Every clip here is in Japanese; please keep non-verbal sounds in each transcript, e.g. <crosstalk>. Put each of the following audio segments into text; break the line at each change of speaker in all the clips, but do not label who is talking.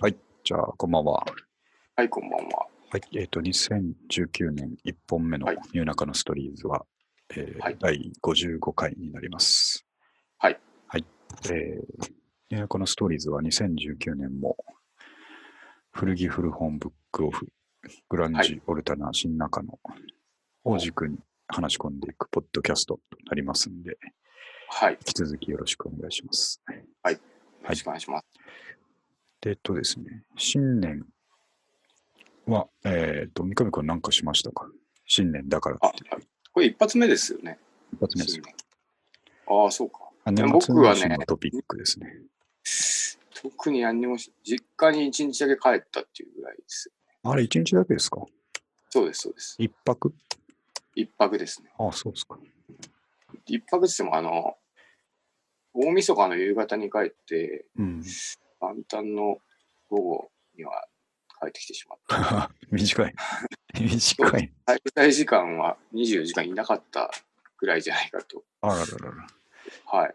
はい、じゃあ、こんばんは。
はい、こんばんは。
はい、えっ、と、2019年1本目の
はい
夜中のストーリーズは、えー
はい
第55回になります。
はい。
はい。えー、夜中のストーリーズは2019年も、古着古本ブックオフ、グラン
は
ジ
い
オルタナ新中野を軸に話し込んでいくポッドキャストとなりますんで、
はい、よ
引き続きよろしくお願いします。
ろしくお願いします。
で、えっとですね、新年は、えっと、三上君何かしましたか新年だからっていう
これ一発目ですよね。
一発目ですよ。
ああ、そうか。
あ
いや
年末
僕は
年
ね
始のトピックですね。
特に何にもし、実家に一日だけ帰ったっていうぐらいです。
あれ、一日だけですか
そうです、そうです。
一泊
一泊ですね。
ああ、そうですか。
一泊って言っても、あの、大晦日の夕方に帰って、
うん。
元旦の午後には帰ってきてしまった。
<laughs> <laughs> 短い。短い。
滞在時間は24時間いなかったぐらいじゃないかと。
あらららら
はい。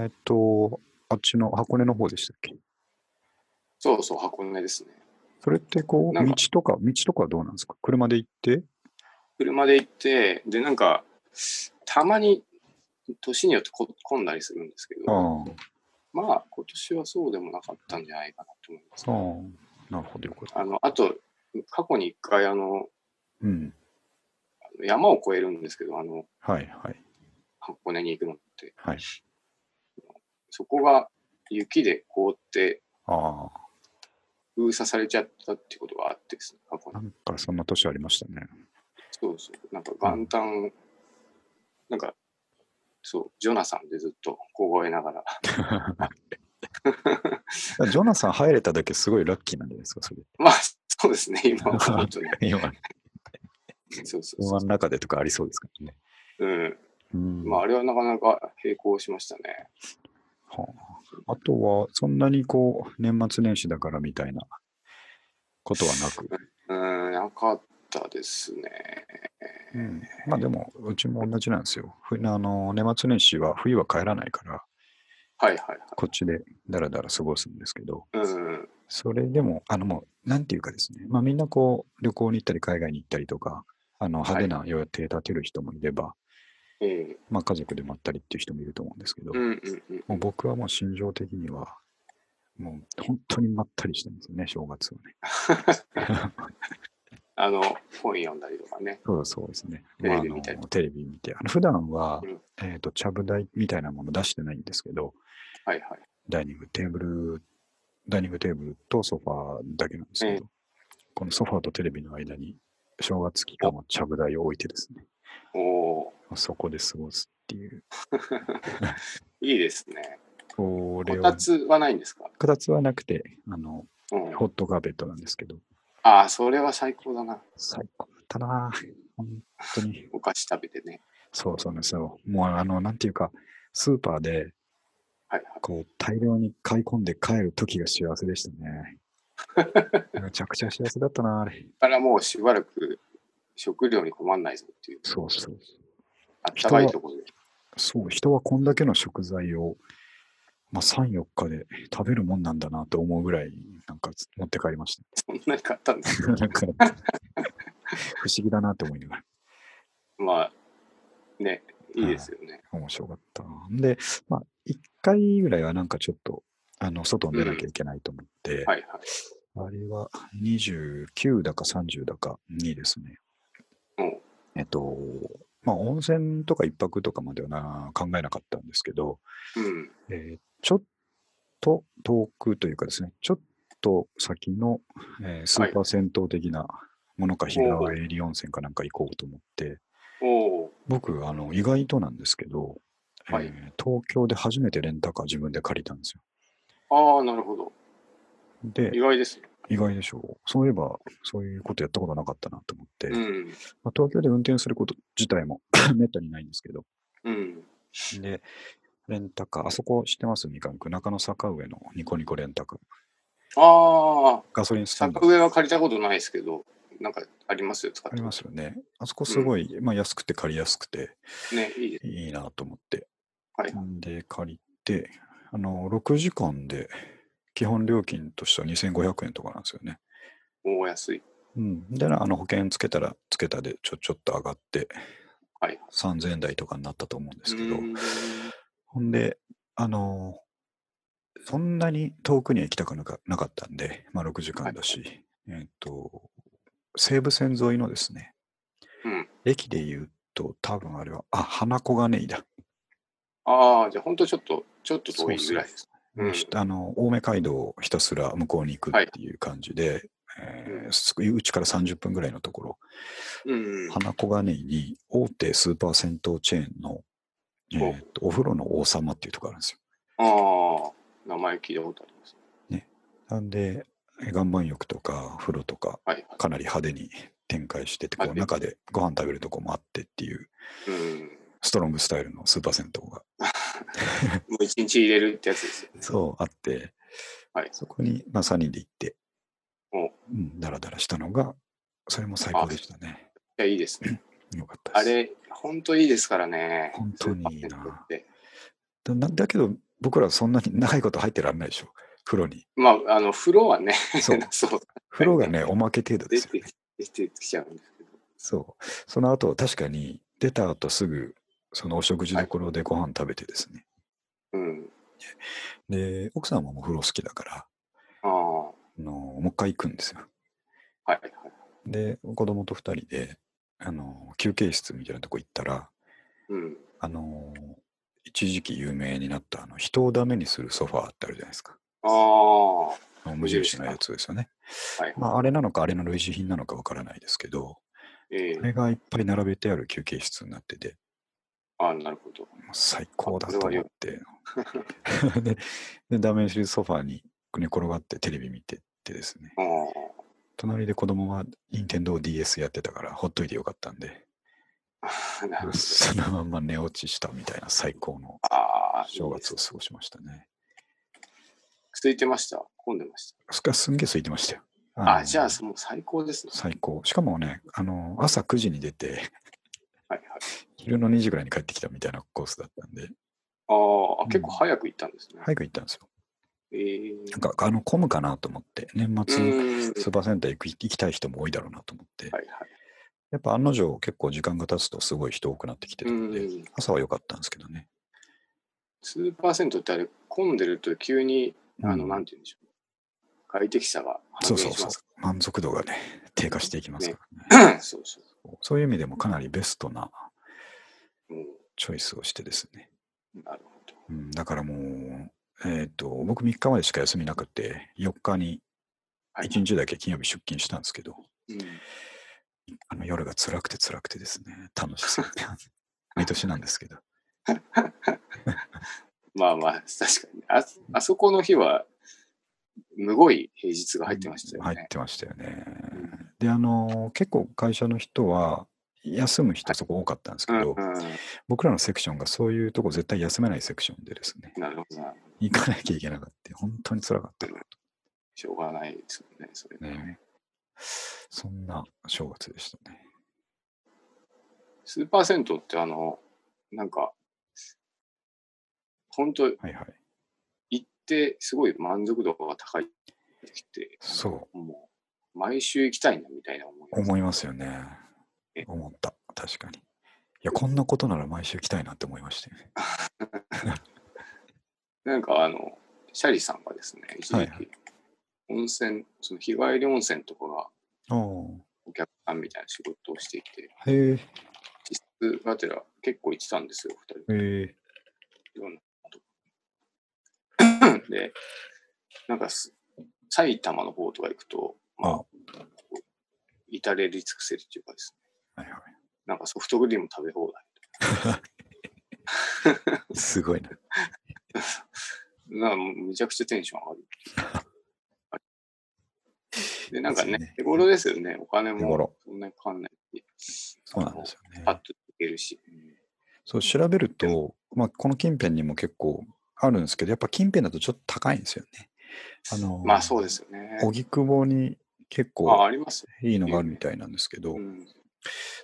あ。えっと、あっちの箱根の方でしたっけ
そうそう、箱根ですね。
それってこう、
なん
道
か
とか、道とかはどうなんですか車で行って
車で行って、で、なんか、たまに、年によってこ混んだりするんですけ
あ
ど、
あ、
まあ、今年はそうでもなかったんじゃないかなと思います。
ああ、なるほど、よかった。
あの、あと、過去に一回、あの、
うん。
山を越えるんですけど、あの、
はい、はい、
箱根に行くのって、
はい。
そこが雪で凍って
ああ、
封鎖されちゃったってことがあってですね、過去
な
に。
んかそんな年ありましたね。
そうそう。なんか元旦、なんか、そう、ジョナサンでずっと凍えながら、 <laughs>
<laughs> ジョナサン入れただけすごいラッキーなんじゃないですか、それ。
まあ、そうですね、今は
<laughs>
本当に。
今、
そうそうそう
車。の中でとかありそうですからね。
うん。
うん
まあ、あれはなかなか並行しましたね。
はあ、あとは、そんなにこう、年末年始だからみたいなことはなく、
うん、なかったですね。
うん、まあでも、うちも同じなんですよ。ふあの年末年始は冬は帰らないから、
はいはいはい。
こっちでだらだら過ごすんですけど、
うん、
それでも、あのもう、なんていうかですね、まあみんなこう、旅行に行ったり、海外に行ったりとか、あの派手な予定立てる人もいれば、
ええ
まあ家族でまったりっていう人もいると思うんですけど、
うんうんうん。
もう僕はもう心情的には、もう本当にまったりしてるんですよね、正月はね。
あの、本読んだりとかね。
そうそうですね。
テレビ
まあ
見たり
あのテレビ見て。あの普段は
うん、
えっ、と、ちゃぶ台みたいなもの出してないんですけど、
はいはい。
ダイニングテーブル、ダイニングテーブルとソファーだけなんですけ
え
ど、このソファーとテレビの間に、正月期間のちゃぶ台を置いてですね、
おお
そこで過ごすっていう。
ー、いいですね。
これ
こ
は
た、つはないんですか、
こたつはなくて、あの、
うん、
ホットカーペットなんですけど、
ああ、それは最高だな。
最高だったなぁ本当に。
お菓子食べてね。
そうそうなんですよ。もうあの、なんていうか、スーパーで、
はい
こう、大量に買い込んで帰る時が幸せでした <laughs> ね。めちゃくちゃ幸せだったなぁあれ。
だからもうしばらく食料に困んないぞっていう、
そうそう。
あったかいところで。
そう、人はこんだけの食材を、まあ、3、4日で食べるもんなんだなと思うぐらい、なんか持って帰りまし
そんなに買ったんです
た。 <laughs> なんか、不思議だなって思いながら。
まあ、ね、いいですよね。
面白かったな。で、まあ、1回ぐらいはなんかちょっと、あの、外に出なきゃいけないと思って、
はいはい。
あれは29だか30だかにですね、
うん
えっと、まあ、温泉とか一泊とかまではな考えなかったんですけど、
うん。
えーちょっと遠くというかですね、ちょっと先の、えースーパー銭湯的なものか、日替わり温泉かなんか行こうと思って、
おお
僕、あの、意外となんですけど、えー
はい
東京で初めてレンタカー自分で借りたんですよ。
ー、ああ、なるほど。
で
意、外ですね。
意外でしょう。そういえば、そういうことやったことなかったなと思って、
うん。
まあ、東京で運転すること自体も <coughs> めったにないんですけど、
うん。
で、レンタカー、あそこ知ってます三上区、中野坂上のニコニコレンタカー。
ああ、
ガソリンスタンド
作上は借りたことないですけど、なんかありますよ、使っ
あ
て
りますよね。あそこすごい、まあ、安くて借りやすくて
ね、いいです。
いいなと思って。
はい
んで、借りて、あの、6時間で基本料金としては2500円とかなんですよね。
お安い。
うん、で、あの保険つけたらつけたでちょちょっと上がって、
はい
3000円台とかになったと思うんですけど、
うーん
ほんで、あのーそんなに遠くには行きたくなかなかったんで、まあ、6時間だし、えっと、西武線沿いのですね、
うん
駅で言うと、多分あれは、あ、花小金井だ。
ああ、じゃあ本当ちょっと、ちょっと遠いぐらいです。うん
あの青梅街道をひたすら向こうに行く
はい
っていう感じで、えーすうちから30分ぐらいのところ、
うん。
花小金井に大手スーパー銭湯チェーンの、え
お
ーとお風呂の王様っていうところがあるんですよ。
ああ、名前聞いたことあります。
なんで、えー岩盤浴とか風呂とか、
はい。
かなり派手に展開してて、こ
は
う
い
中でご飯食べるとこもあってっていう、
うん。
ストロングスタイルのスーパー銭湯が
もう一日入れるってやつですよね。
そうあって、
はい
そこに、まあ、3人で行って、
お
うん、だらだらしたのが、それも最高でしたね。
いや、いいですね。
よかったです。
あれ、本当いいですからね。
本当にいいな
スーパー銭湯って
だなだけど、僕らはそんなに長いこと入ってらんないでしょ、風呂に。
まあ、あの、風呂はね、 <laughs>
そう
そう、
風呂がね、おまけ程度で
出
すよ
て
ね。
き出てきちゃうんですけど。
そう。その後、確かに、出た後すぐ、そのお食事どころでご飯食べてですね。
うん。
で、奥さんもお風呂好きだから、
ああ、は
あのもう一回行くんですよ。
いはい。
で、子供と二人で、あの休憩室みたいなとこ行ったら、
うん。
あの一時期有名になった、あの、人をダメにするソファーってあるじゃないですか。
ああ、は
あの無印のやつですよね。
い。
まあ、あれなのか、あれの類似品なのかわからないですけど、
ええ
あれがいっぱい並べてある休憩室になってて、
ああ、なるほど。
もう最高だと思って。 <laughs> でで、ダメージソファーに寝転がってテレビ見てってですね。
ああ、
隣で子供は任天堂 d s やってたから、ほっといてよかったんで、
なるほど。
そのまんま寝落ちしたみたいな最高の
ああ、
正
いいです
月を過ごしましたね。
空いてました。混んでました。
すかすんげえ空いてましたよ。
あ
の
じゃあ、もう最高ですね。
最高。しかもね、あの、朝9時に出て、
はいはい。
昼の2時ぐらいに帰ってきたみたいなコースだったんで、
あ
う
あ、
ん
結構早く行ったんですね。
早く行ったんですよ。
ええ
なんか、あの、混むかなと思って、年末、
うん。
スーパーセンター行く行きたい人も多いだろうなと思って、
はいはい。
やっぱ案の定結構時間が経つとすごい人多くなってきてた
うん
で、
ん。
朝は良かったんですけどね。
スーパー銭湯ってあれ、混んでると急に、あの、
うん
なんて言うんでしょう。快適さが
そ
半
うそ
減
う
し
そう
ます。
満足度がね、 <laughs> 低下していきますからね。
そう <laughs> そうそ
そういう意味でもかなりベストな
う。も
チョイスをしてですね。
う、なるほど。
うん、だからもう、えっ、と、僕3日までしか休みなくて、4日に
はい
1日だけ金曜日出勤したんですけど、
うん、
あの夜が辛くて辛くてですね、楽しそう。毎年なんですけど。
まあまあ、確かに、ねあ。あそこの日は、むごい平日 <laughs> が入ってましたよ
入っ
ね。
てましたよね
ん。
で、あの、結構会社の人は、休む人そこ多かったんですけど、
うん、うん。
僕らのセクションがそういうとこ絶対休めないセクションでですね、 <laughs>
なるほどな。
行かなきゃいけなかった。本当に辛かった。
しょうがないですよね、それね。
ね、そんな正月でしたね。
スーパー銭湯って、あの、なんか、本当
はいはい。
行って、すごい満足度が高いって、
そ
もう、毎週行きたいな、みたいな思い。
う、思いますよね
え。
思った、確かに。いや、こんなことなら毎週来たいなって思いましたよね。
なんかあの、シャリさんがですね、一時期、
はいは
温泉、その日帰り温泉とかが
お
お客さんみたいな仕事をしていて、
ーへえ、
実質がてら結構行ってたんですよ、二人
へえ、
いろんなとこ <coughs> で、なんかす埼玉の方とか行くと、まあ
あ、
至れり尽くせりっていうかですね、
はいは
なんかソフトクリーム食べ放題。
い。すごいな。
なんかもうめちゃくちゃテンション上がる。
<laughs>
で、なんか
ですね
ね、手頃ですよね。お金
手
も
頃
そんなにかかんないし。
そうなんですよ
パッ
ね。
といけるし。
そう、調べると、まあ、この近辺にも結構あるんですけど、やっぱ近辺だとちょっと高いんですよね。あの
まあそうですよね。
荻窪に結
まあ
構
ありますよ。
いいのがあるみたいなんですけど、
うん。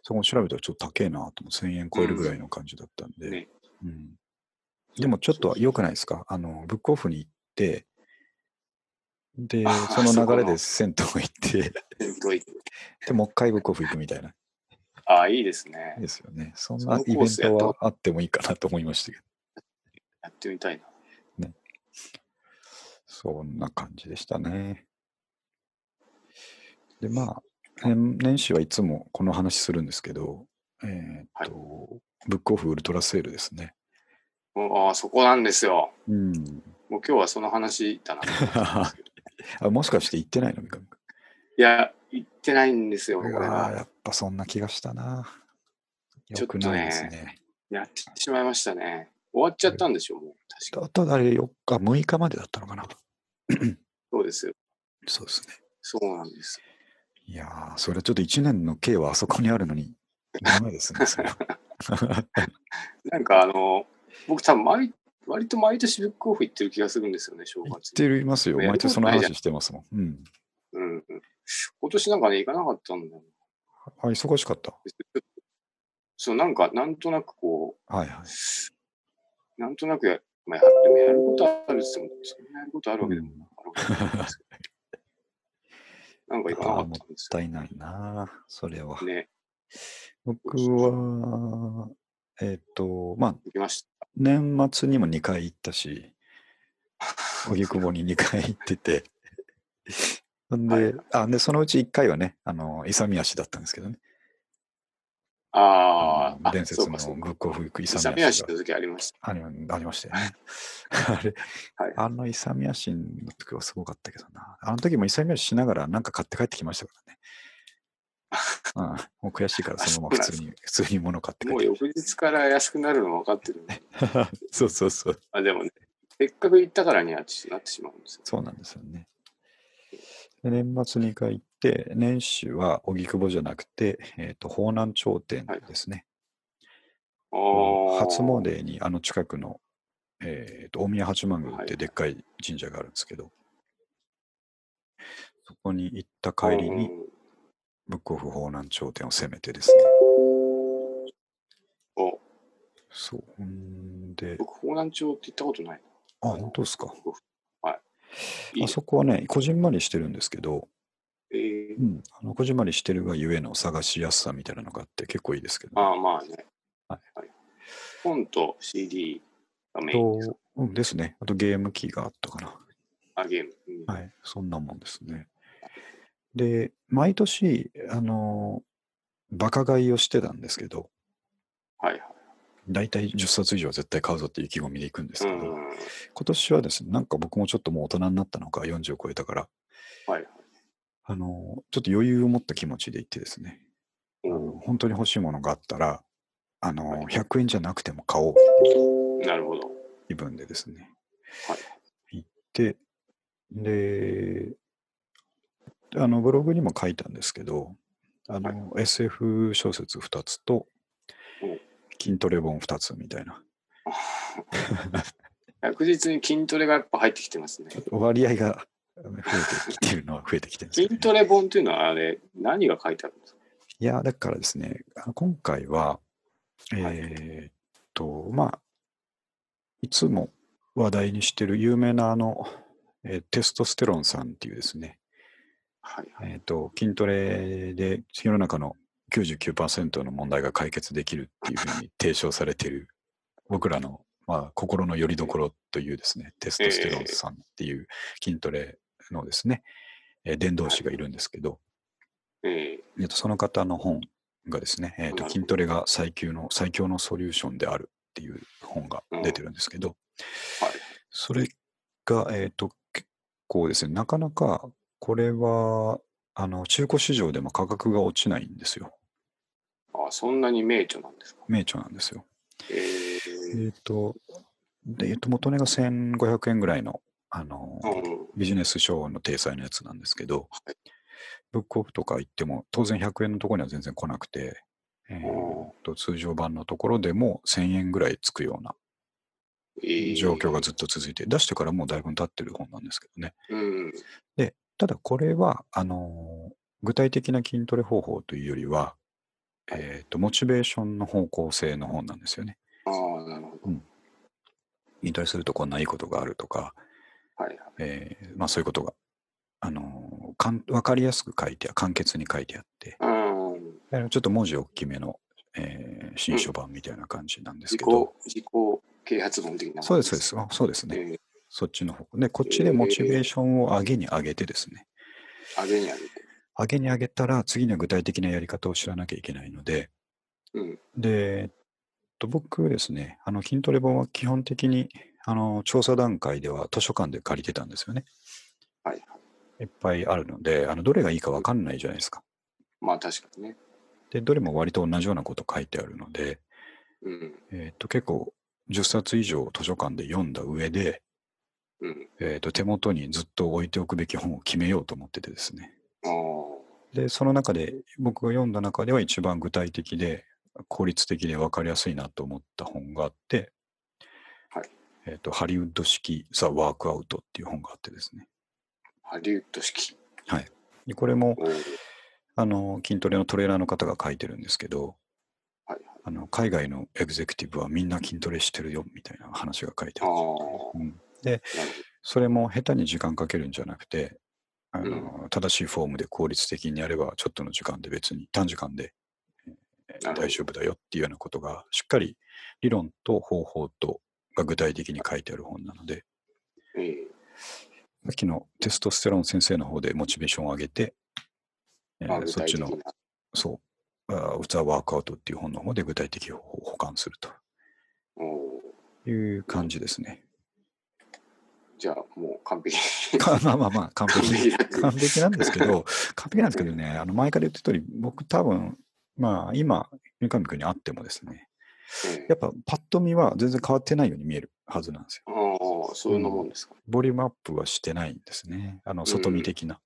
そこを調べたらちょっと高えなと思って1000円超えるぐらいの感じだったんで、
うんね
うんでもちょっと良くないですかあのブックオフに行ってで
あ、
その
そこ
流
の
れで銭湯行って、
すごい。
で、もう一回ブックオフ行くみたいな。
ああ、いいですね。
ですよね。そん
そ
な
の
イベ
コー
ン
スやっ
ト
た
はあってもいいかなと思いましたけど、
やってみたいな。
そんな感じでしたね。で、まあ、年年始はいつもこの話するんですけど、えーっと、ブックオフウルトラセールですね。
もうああ、そこなんですよ。
うん。
もう今日はその話だな。
あ、 <laughs> もしかして行ってないの三上君。
いや、行ってないんですよ、これ
うわー
が。
やっぱそんな気がしたな。
ちょ
よ
っと
く
ね
ないですね。
やってしまいましたね。終わっちゃったんでしょう、もう。確か
だただあれ4日、6日までだったのかな。
そうですよ。
そうですね。
そうなんです。
いやー、それはちょっと1年の計はあそこにあるのに、ダメですね、それは。
なんかあの、僕多分毎、割と毎年ブックオフ行ってる気がするんですよね、正
言っ
月に。
てるいますよ。
いや
毎年その
いや
話してますもん。うん。
うんうん。今年なんかね、行かなかったんだよ。
あ、忙しかった。
そう、なんか、なんとなくこ
はいはい。
う、なんとなくや、まあ、やでもやることあるっすもん。そんなやることあるわけでもなかったんですけ
<laughs>
ど。なんか行かなかったんです
もったいないなあそれは
よ。。ね、
僕は、えっ、と、まあ、
行きまし
年末にも2回行ったし、荻窪に2回行ってて、 <laughs> ほん
はい
で、あ、で、そのうち1回はね、あの、勇み足だったんですけどね。
た。あーあ、
伝説
そう
の
かそうか
ブックオフ行く勇
勇
み
み足
足が
の時ありました。
ありありましたよね。 <laughs> あれ、
はい
あの勇み足の時はすごかったけどな。あの時も勇み足しながらなんか買って帰ってきました
<laughs>
からね。うん、もう悔しいからそのまま
あ
普
そう
通に、普通に物買って帰
も
っ
う
て
翌日から安くなるの分かってるん
<laughs>
で。
き <laughs> た。そうそうそう。
あ、でもね、せっかく行ったからにはちなってしまうんですよ。
そうなんですよね。で年末2回行って、年始は荻窪じゃなくて、えっ、と、方南町店ですね。
あー
初。詣にあの近くの、えーと大宮八幡宮っ
は
て
い
でっかい神社があるんですけど、そこに行った帰りに
うん、
ブックオフ方南頂点を攻めてですね。
お
そう。ほんで、
僕、方南町って行ったことない。
あ、本当ですか。
いい
あそこはね、こじんまりしてるんですけど、
え
う
ー
ん、あのこじんまりしてるがゆえの探しやすさみたいなのがあって結構いいですけど、
まあまあね。
はい
はい。本と CD がメインです
と、うんですね。あとゲーム機があったかな。
あ、ゲーム。うん
はい、そんなもんですね。で、毎年、あの、バカ買いをしてたんですけど、
はいはい。
大体10冊以上は絶対買うぞっていう意気込みで行くんです
う
けど、
ん。はい
今年はですね、なんか僕もちょっともう大人になったのか、40を超えたから、
はい。
あの、ちょっと余裕を持った気持ちで行ってですね、あの
お
本当に欲しいものがあったら、あの、
はい
100円じゃなくても買おうっていう
なるほど。
気分でですね、
はい
行って、で、あの、ブログにも書いたんですけど、あの、SF 小説2つと
お、
筋トレ本2つみたいな、
確実に筋トレがやっぱ入ってきてますね。
割合が増えてきてるのは増えてきてるんですけ
筋
どね
トレ本っていうのはあれ、何が書いてあるんですか
いや、だからですね、あの今回は、えーっと、まあ、いつも話題にしてる有名なあの、えーテストステロンさんっていうですね、
はいはい。
えーっと、筋トレで世の中の99%の問題が解決できるっていうふうに提唱されている、僕らの、まあ、心の拠り所というですね、テストステロンさんっていう筋トレのですね、えー伝道師がいるんですけど、
え
えっと、その方の本がですね、えっ
なるほ
と、
ど
筋トレが最強の、最強のソリューションであるっていう本が出てるんですけど、
はい
それが、えっと、結構ですね、なかなかこれは、あの、中古市場でも価格が落ちないんですよ。
ー、あそんなに名著なんですか
名著なんですよ。
え
えっ、
ー、
と、で、えっと、元値が1500円ぐらいの、あの、
うん。
ビジネス書の体裁のやつなんですけど
はい、
ブックオフとか行っても、当然100円のところには全然来なくて、えー
おー
と通常版のところでも1000円ぐらいつくような
えー
状況がずっと続いて、出してからもうだいぶ経ってる本なんですけどね。
うん。
で、ただこれは、あのー具体的な筋トレ方法というよりは、えーと、モチベーションの方向性の本なんですよね。
ああ、なるほど。
引退するとこんないいことがあるとか、
はいはい。
えーまあ、そういうことがあのかん、わかりやすく書いてあ、簡潔に書いてあって、
あー
あのちょっと文字大きめの、えー新書版みたいな感じなんです
自己
けど、、
自己啓発本的な。
そうです、そうで。す。あそうですね。
え
そっちの方。で、こっちでモチベーションを上げに上げてですね。
ー、上げに上げて。
上げに上げたら、次の具体的なやり方を知らなきゃいけないので、
うん。
で、えっと僕ですね、あの筋トレ本は基本的にあの調査段階では図書館で借りてたんですよね。
はいはい。
いっぱいあるので、あのどれがいいか分かんないじゃないですか。
まあ確かにね。
で、どれも割と同じようなこと書いてあるので、
うん。
えっと結構10冊以上図書館で読んだ上で、
うん。
えっと手元にずっと置いておくべき本を決めようと思っててですね。
あー
で、その中で、僕が読んだ中では一番具体的で、効率的で分かりやすいなと思った本があって、
はい
えっ、と、ハリウッド式ザ・ワークアウトっていう本があってですね。
ハリウッド式。
でこれも、
おー
あの、筋トレのトレーナーの方が書いてるんですけど、
はい
あの海外のエグゼクティブはみんな筋トレしてるよみたいな話が書いて
あ
あ
あ
る。
ー。
うん
なる
それも下手に時間かけるんじゃなくて、あの正しいフォームで効率的にやれば、ちょっとの時間で別に短時間でえー
なるほど
大丈夫だよっていうようなことが、しっかり理論と方法とが具体的に書いてある本なので、
ほど。ええ
さっきのテストステロン先生の方でモチベーションを上げて、えー
まあ具
そっ
体
ち
的な。
の、そう、あーザ・ワークアウトっていう本の方で具体的方法を保管する
おお。
という感じですね。 <laughs>
じゃあもう完璧。
かまあまあまあ、完
完
璧
璧だ
完璧なんですけど、完璧なんですけどね、あの前から言ってた通り、僕多分、まあ今、三上君に会ってもですね、
ええ
やっぱパッと見は全然変わってないように見えるはずなんですよ。
ああ、そういうのもんですか。
ボリュームアップはしてないんですね。あの、外見的な。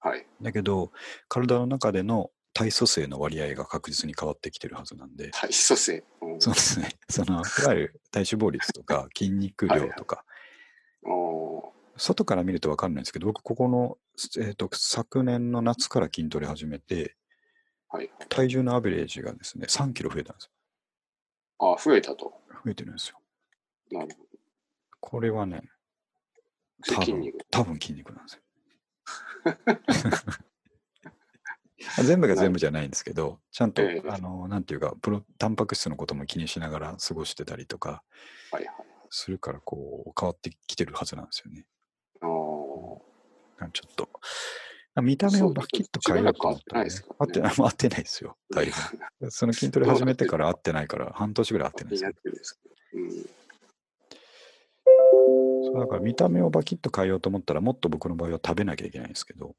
はい。
だけど、体の中での体組成の割合が確実に変わってきてるはずなんで、
体組成。うん
そうですね。その、いわゆる体脂肪率とか筋肉量とか、
お
外から見ると分かんないんですけど、僕、ここの、えーと、昨年の夏から筋トレ始めて、
ーはい。
体重のアベレージがですね、3キロ増えたんです
ああ、増えたと。
よ。増えてるんですよ。
なるほど。
これはね、
それ
多
筋
分
肉。
多分筋肉なんですよあ。 <laughs> 全部が全部じゃないんですけど、ちゃんと、
ええ
あの、なんていうか、プロ、タンパク質のことも気にしながら過ごしてたりとか
はいはい。
するから、こう、変わってきてるはずなんですよね。
ああ。
なんかちょっと、見た目をバキッと変えようと思ったら、ね
そうですね、
合ってない、合ってない <laughs> ですよ。だいぶ。その筋トレ始めてから合ってないから、半年ぐらい合ってないです
や
よ
っ。てるんですけど。うん。
そうだから見た目をバキッと変えようと思ったら、もっと僕の場合は食べなきゃいけないんですけど、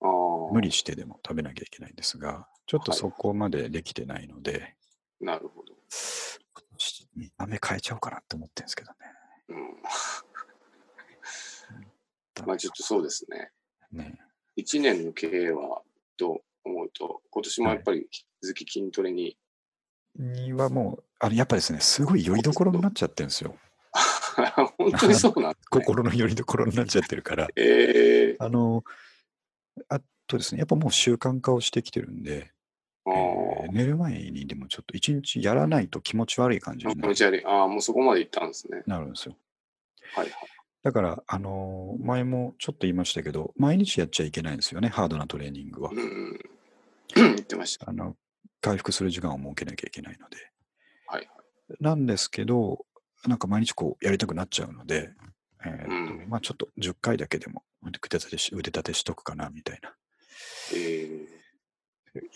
ああ。
無理してでも食べなきゃいけないんですが、ちょっと
はい
そこまでできてないので、
なるほど。
し見た目変えちゃおうかなって思ってるんですけどね。
うん。まあちょっとそうですね。
ね
一年の経営はと思うと、今年もやっぱり引き続き筋トレに、 <laughs>
にはもう、あのやっぱですね、すごいよりどころになっちゃってるんですよ。
本当にそうなんです、ね。
心のよりどころになっちゃってる
<laughs>
から。
ええ
あの、あとですね、やっぱもう習慣化をしてきてるんで、
あ
えー寝る前にでもちょっと一日やらないと気持ち悪い感じ
あ。
に
気
な
持
る
ち悪い。ああ、もうそこまで行ったんですね。
なるんですよ。
はいはい。
だから、あのー前もちょっと言いましたけど、毎日やっちゃいけないんですよね、ハードなトレーニングは。
うん。言ってました。
あの回復する時間を設けなきゃいけないので。
はい
なんですけど、なんか毎日こうやりたくなっちゃうので、えーっと
うん
まあちょっと10回だけでも腕立てし腕立てしとくかなみたいな、
ええ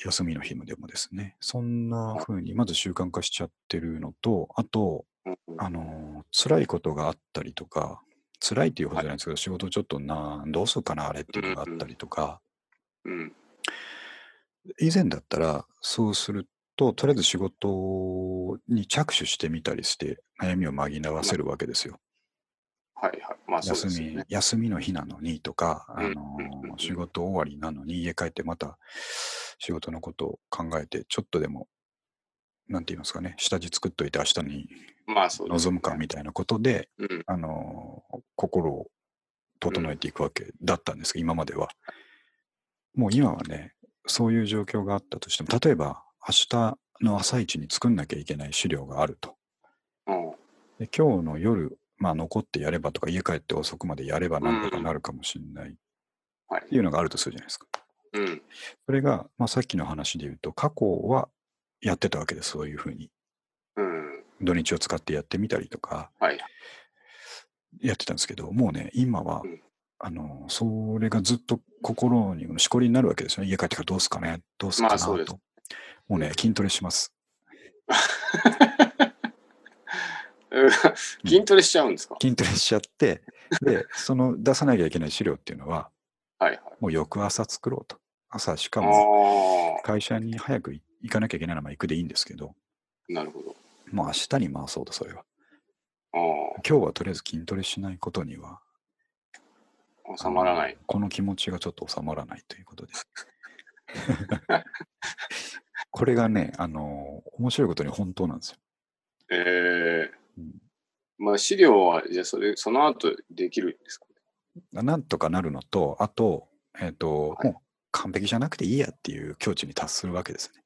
休みの日もでもですね、そんな風にまず習慣化しちゃってるのと、あと、
うん
あのー辛いことがあったりとか、辛いっていうほどじゃないんですけど、仕事ちょっとな、どうするかな、あれっていうのがあったりとか、
うん。
以前だったらそうするととりあえず仕事に着手してみたりして悩みを紛らわせるわけですよ。
はいはい。まあそう
休
ですよ
み
ね。
休みの日なのにとか、あ
うん
の
うんうん
仕事終わりなのに家帰ってまた仕事のことを考えてちょっとでもなんて言いますかね下地作っといて明日に
まあそうです、
臨むかみたいなことで、
うん。
あの心を整えていくわけだったんですけど、今までは。もう今はね、そういう状況があったとしても、例えば明日の朝一に作んなきゃいけない資料があると。
うん。
で今日の夜、まあ、残ってやればとか、家帰って遅くまでやればなんとかなるかもしれない
はい。
いうのがあるとするじゃないですか。
うん。
それが、まあ、さっきの話で言うと、過去はやってたわけです、そういうふうに。
うん。
土日を使ってやってみたりとか、
はい。
やってたんですけど、もうね、今は
うん、
あの、それがずっと心にしこりになるわけですよね。家帰ってからどうすかね、どうすか
ま
な
あ
と。
そうです
もうね、筋トレします。
<laughs> うん筋トレしちゃうんですか、
筋トレしちゃって、
<laughs>
で、その出さなきゃいけない資料っていうのは、
はいはい。
もう翌朝作ろうと。朝しかも、
あ
会社に早く行かなきゃいけないのはまあ行くでいいんですけど、
あ、なるほど。
もう明日に回そうと、それは。
あ
今日はとりあえず筋トレしないことには、
あ、収まらない。
この気持ちがちょっと収まらないということで。 <laughs> これがね、あの、面白いことに本当なんですよ。
ええ
うん
まあ、資料は、じゃあそれ、その後できるんですか
なんとかなるのと、あと、えっ、と、
はい
もう完璧じゃなくていいやっていう境地に達するわけですね。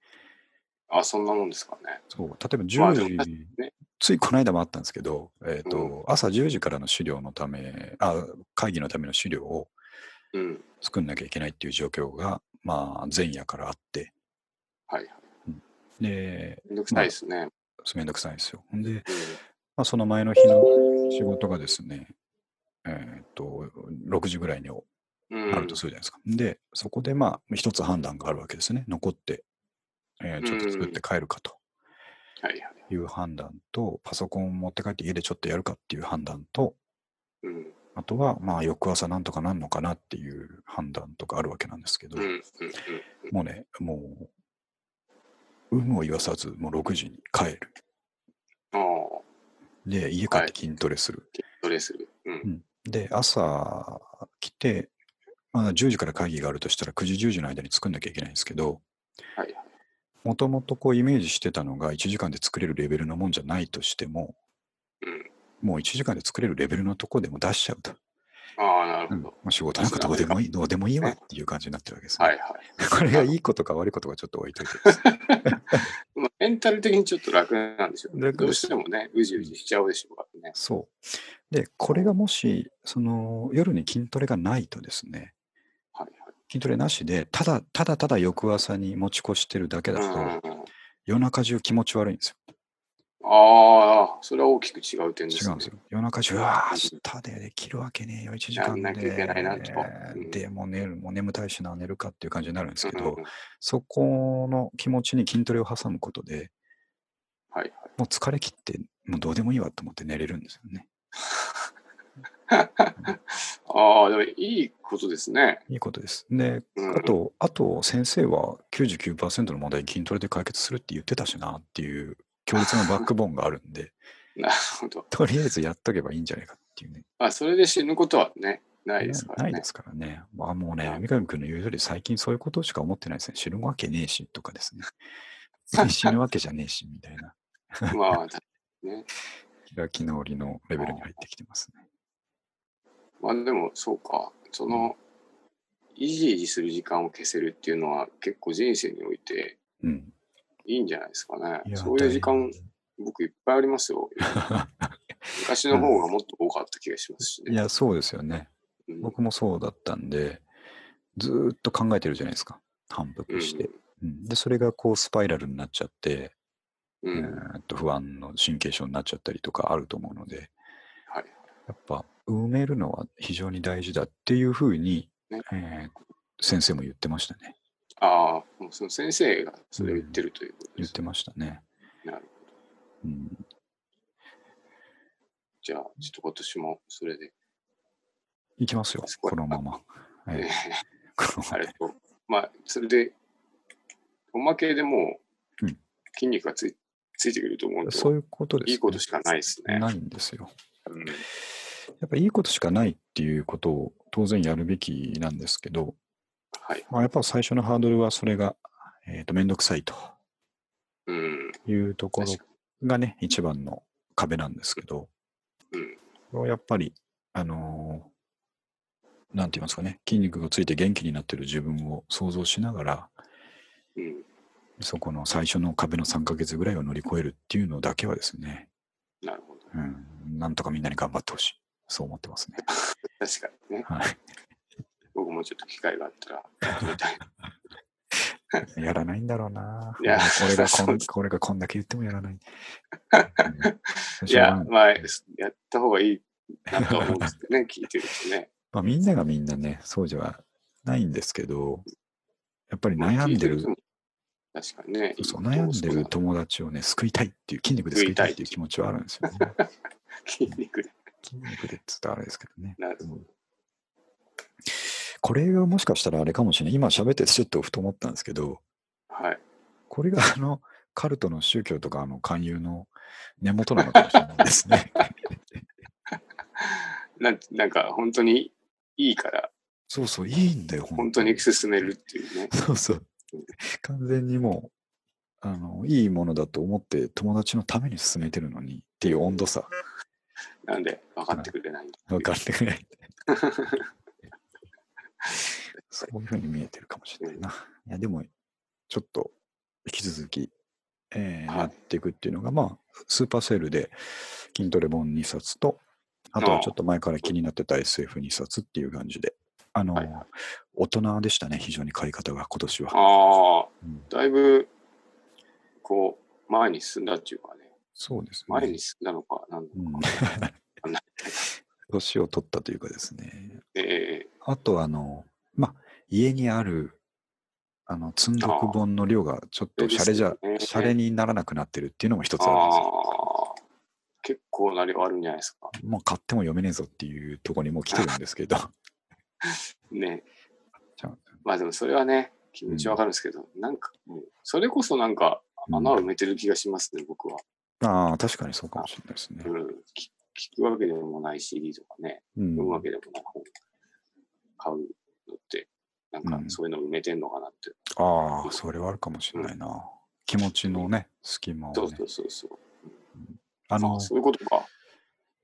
あ、そんなもんですかね。
そう、例えば
まあ
10時、
ね
ついこの間もあったんですけど、えっ、と、朝10時からの資料のため、あ、会議のための資料を
うん。
作んなきゃいけないっていう状況が、まあ、前夜からあって、
はいはい。
で、
めんどくさいですね。
めんどくさいんですよ。ほんで、
うん
まあ、その前の日の仕事がですね、えーっと、6時ぐらいにあ
うん。
るとするじゃないですか。で、そこでまあ、一つ判断があるわけですね。残って、えーちょっと作って帰るかと
はいはい。
いう判断と、パソコンを持って帰って家でちょっとやるかっていう判断と、
うん。
あとは、まあ、翌朝なんとかなんのかなっていう判断とかあるわけなんですけど
うん。う、ん。うん。
もうね、もう、有無を言わさず、もう6時に帰る。
ああ、
で、家帰って筋トレする。
筋トレする。うん。
で、朝来て、まあ、10時から会議があるとしたら9時、10時の間に作んなきゃいけないんですけど、
はいは
もともとこうイメージしてたのが1時間で作れるレベルのもんじゃないとしても、
うん
もう1時間で作れるレベルのとこでも出しちゃうと。
い。ああ、なる
う
ほ
ん
ど。
まあ、仕事なんかどうでもいい、どうでもいいわっていう感じになってるわけです、ね
はいはい。
これがいいことか悪いことかちょっと置いといてですね
まあ、メンタル的にちょっと楽なんでしょうね。
楽
ど
で
う
す
してもね、うじうじしちゃうでしょうからね。
そう。で、これがもし、その夜に筋トレがないとですね、
はい
筋トレなしで、ただただただ翌朝に持ち越してるだけだと、
はい。うん。
夜中中気持ち悪いんですよ。
ああ、それは大きく違う点です
違
ね。
うんですよ。夜中中、うわー明日でできるわけねえよ、1時間で。
やんなきゃいけないなとうん
でもう寝る、もう眠たいしな、寝るかっていう感じになるんですけ
うん
ど、
うんうん
そこの気持ちに筋トレを挟むことで、
はいはい。
もう疲れ切って、もうどうでもいいわと思って寝れるんですよね。
ああ、でもいいことですね。
いいことです。で、
うん
あと、あと先生は99%の問題筋トレで解決するって言ってたしなっていう強烈なバックボーンがあるんで、
<laughs> なるほど。
とりあえずやっとけばいいんじゃないかっていうね。
まあ、それで死ぬことはね、ないですから
な
ね。
いですからね。まあもうね、三上君の言う通り、最近そういうことしか思ってないですね。死ぬわけねえしとかです
<laughs>
ね。死ぬわけじゃねえしみたいな、
まあ、だ
開き直りのレベルに入ってきてますね。
まあでも、そうか。その、イジイジする時間を消せるっていうのは結構人生において
うん。
いいんじゃないですかね
い。や
そういう時間
大、変
僕いっぱいありま
<laughs>
すよ。昔の方がもっと多かった気がしますし
い
ね。
や、そうですよね。
うん
僕もそうだったんで、ずーっと考えてるじゃないですか。反復して。うん、で、それがこうスパイラルになっちゃって、
うんう
え
ん
ーっと不安の神経症になっちゃったりとかあると思うので、
はい
やっぱ埋めるのは非常に大事だっていうふうに、
ね
えー先生も言ってましたね。
ああ、もうその先生がそれを言ってるということで
言っ
す。
てましたね。
なるほ
う
ど。
ん、
じゃあ、ちょっと今年もそれで。
いきますよ、
すごい
このまま。えー
<laughs>
このまま
あれと、まあ、それで、おまけでもう
うん、
筋肉がついついてくると思うんで、
そういうことです、
いいことしかないですね。
ないんですよ。
うん
やっぱいいことしかないっていうことを当然やるべきなんですけど、
はい。
まあ、やっぱ最初のハードルはそれが、えー、とめんどくさいと
うん。
いうところ
確か
がね、一番の壁なんですけど、
うん
これをやっぱり、あのーなんて言いますかね、筋肉がついて元気になってる自分を想像しながら、
にうん。
そこの最初の壁の3ヶ月ぐらいを乗り越えるっていうのだけはですね、
なるほど。
うん、なんとかみんなに頑張ってほしい。そう思ってますね。
確かにね。
はい。
僕もちょっと機会があったらやってみたい。
やらないんだろうな。
いや
俺がこ
そうんです
俺がこんだけ言ってもやらない。うん
<laughs> いや、まあ、や
しょうがない
った方がいいなとは思うんですけ
<laughs>
どね、聞いてるとね。
まあ、みんながみんなね、そうじゃないんですけど、やっぱり
まあ
悩んで
聞いて
る、
人も確かにね。
そう悩んで
そう
る友達をね、救いたいっていう、筋肉で救いたいっていう気持ちはあるんですよね。
筋肉で。
筋肉でっつったらあれですけどね。
なるほど。
これがもしかしたらあれかもしれない。今喋っててちょっとふと思ったんですけど、
はい。
これがあの、カルトの宗教とかあの勧誘の根元なのかもしれないです
<laughs>
ね。
なんなんか、本当にいいから、
そうそう、いいんだよ、
本当に進めるっていうね。
そうそう。完全にもう、あの、いいものだと思って友達のために進めてるのにっていう温度差。
なんで、分かってくれない。
分かってくれない。そういうふうに見えてるかもしれないな。いや、でも、ちょっと、引き続き、えー
はい
やっていくっていうのが、まあ、スーパーセールで筋トレ本2冊と、あとはちょっと前から気になってた SF2 冊っていう感じで、あの、
はい
大人でしたね、非常に買い方が、今年は。
ああ、
うん
だいぶ、こう、前に進んだっていうかね、
そうですね。
前に進んだのか、なんだ
うん
のか。
年を取ったというかですね。
え
あと、あの、まあ、家にある、あの、積んどく本の量がちょっとシャレじゃ
そう、です
シ
ね
ャレにならなくなってるっていうのも一
ー、
つあるんですよ。
ああ、結構な量あるんじゃないですか。
もう買っても読めねえぞっていうところにもう来てるんですけ
<laughs>
ど。
ね。
ちゃん
まあでもそれはね、気持ちわかるんですけど、なんかもう、それこそなんか穴を埋めてる気がしますね、僕は。
ああ、確かにそうかもしれないですね
う。ん、き聞くわけでもない CD とかね、
うん
読むわけでもない本買うのって、なんか
うん
そういうの埋めてんのかなって。
ああ、それはあるかもしれないな。気持ちのね、隙間
そ
を
う
ね
そ。うそうそう。
あの
あ、そういうことか。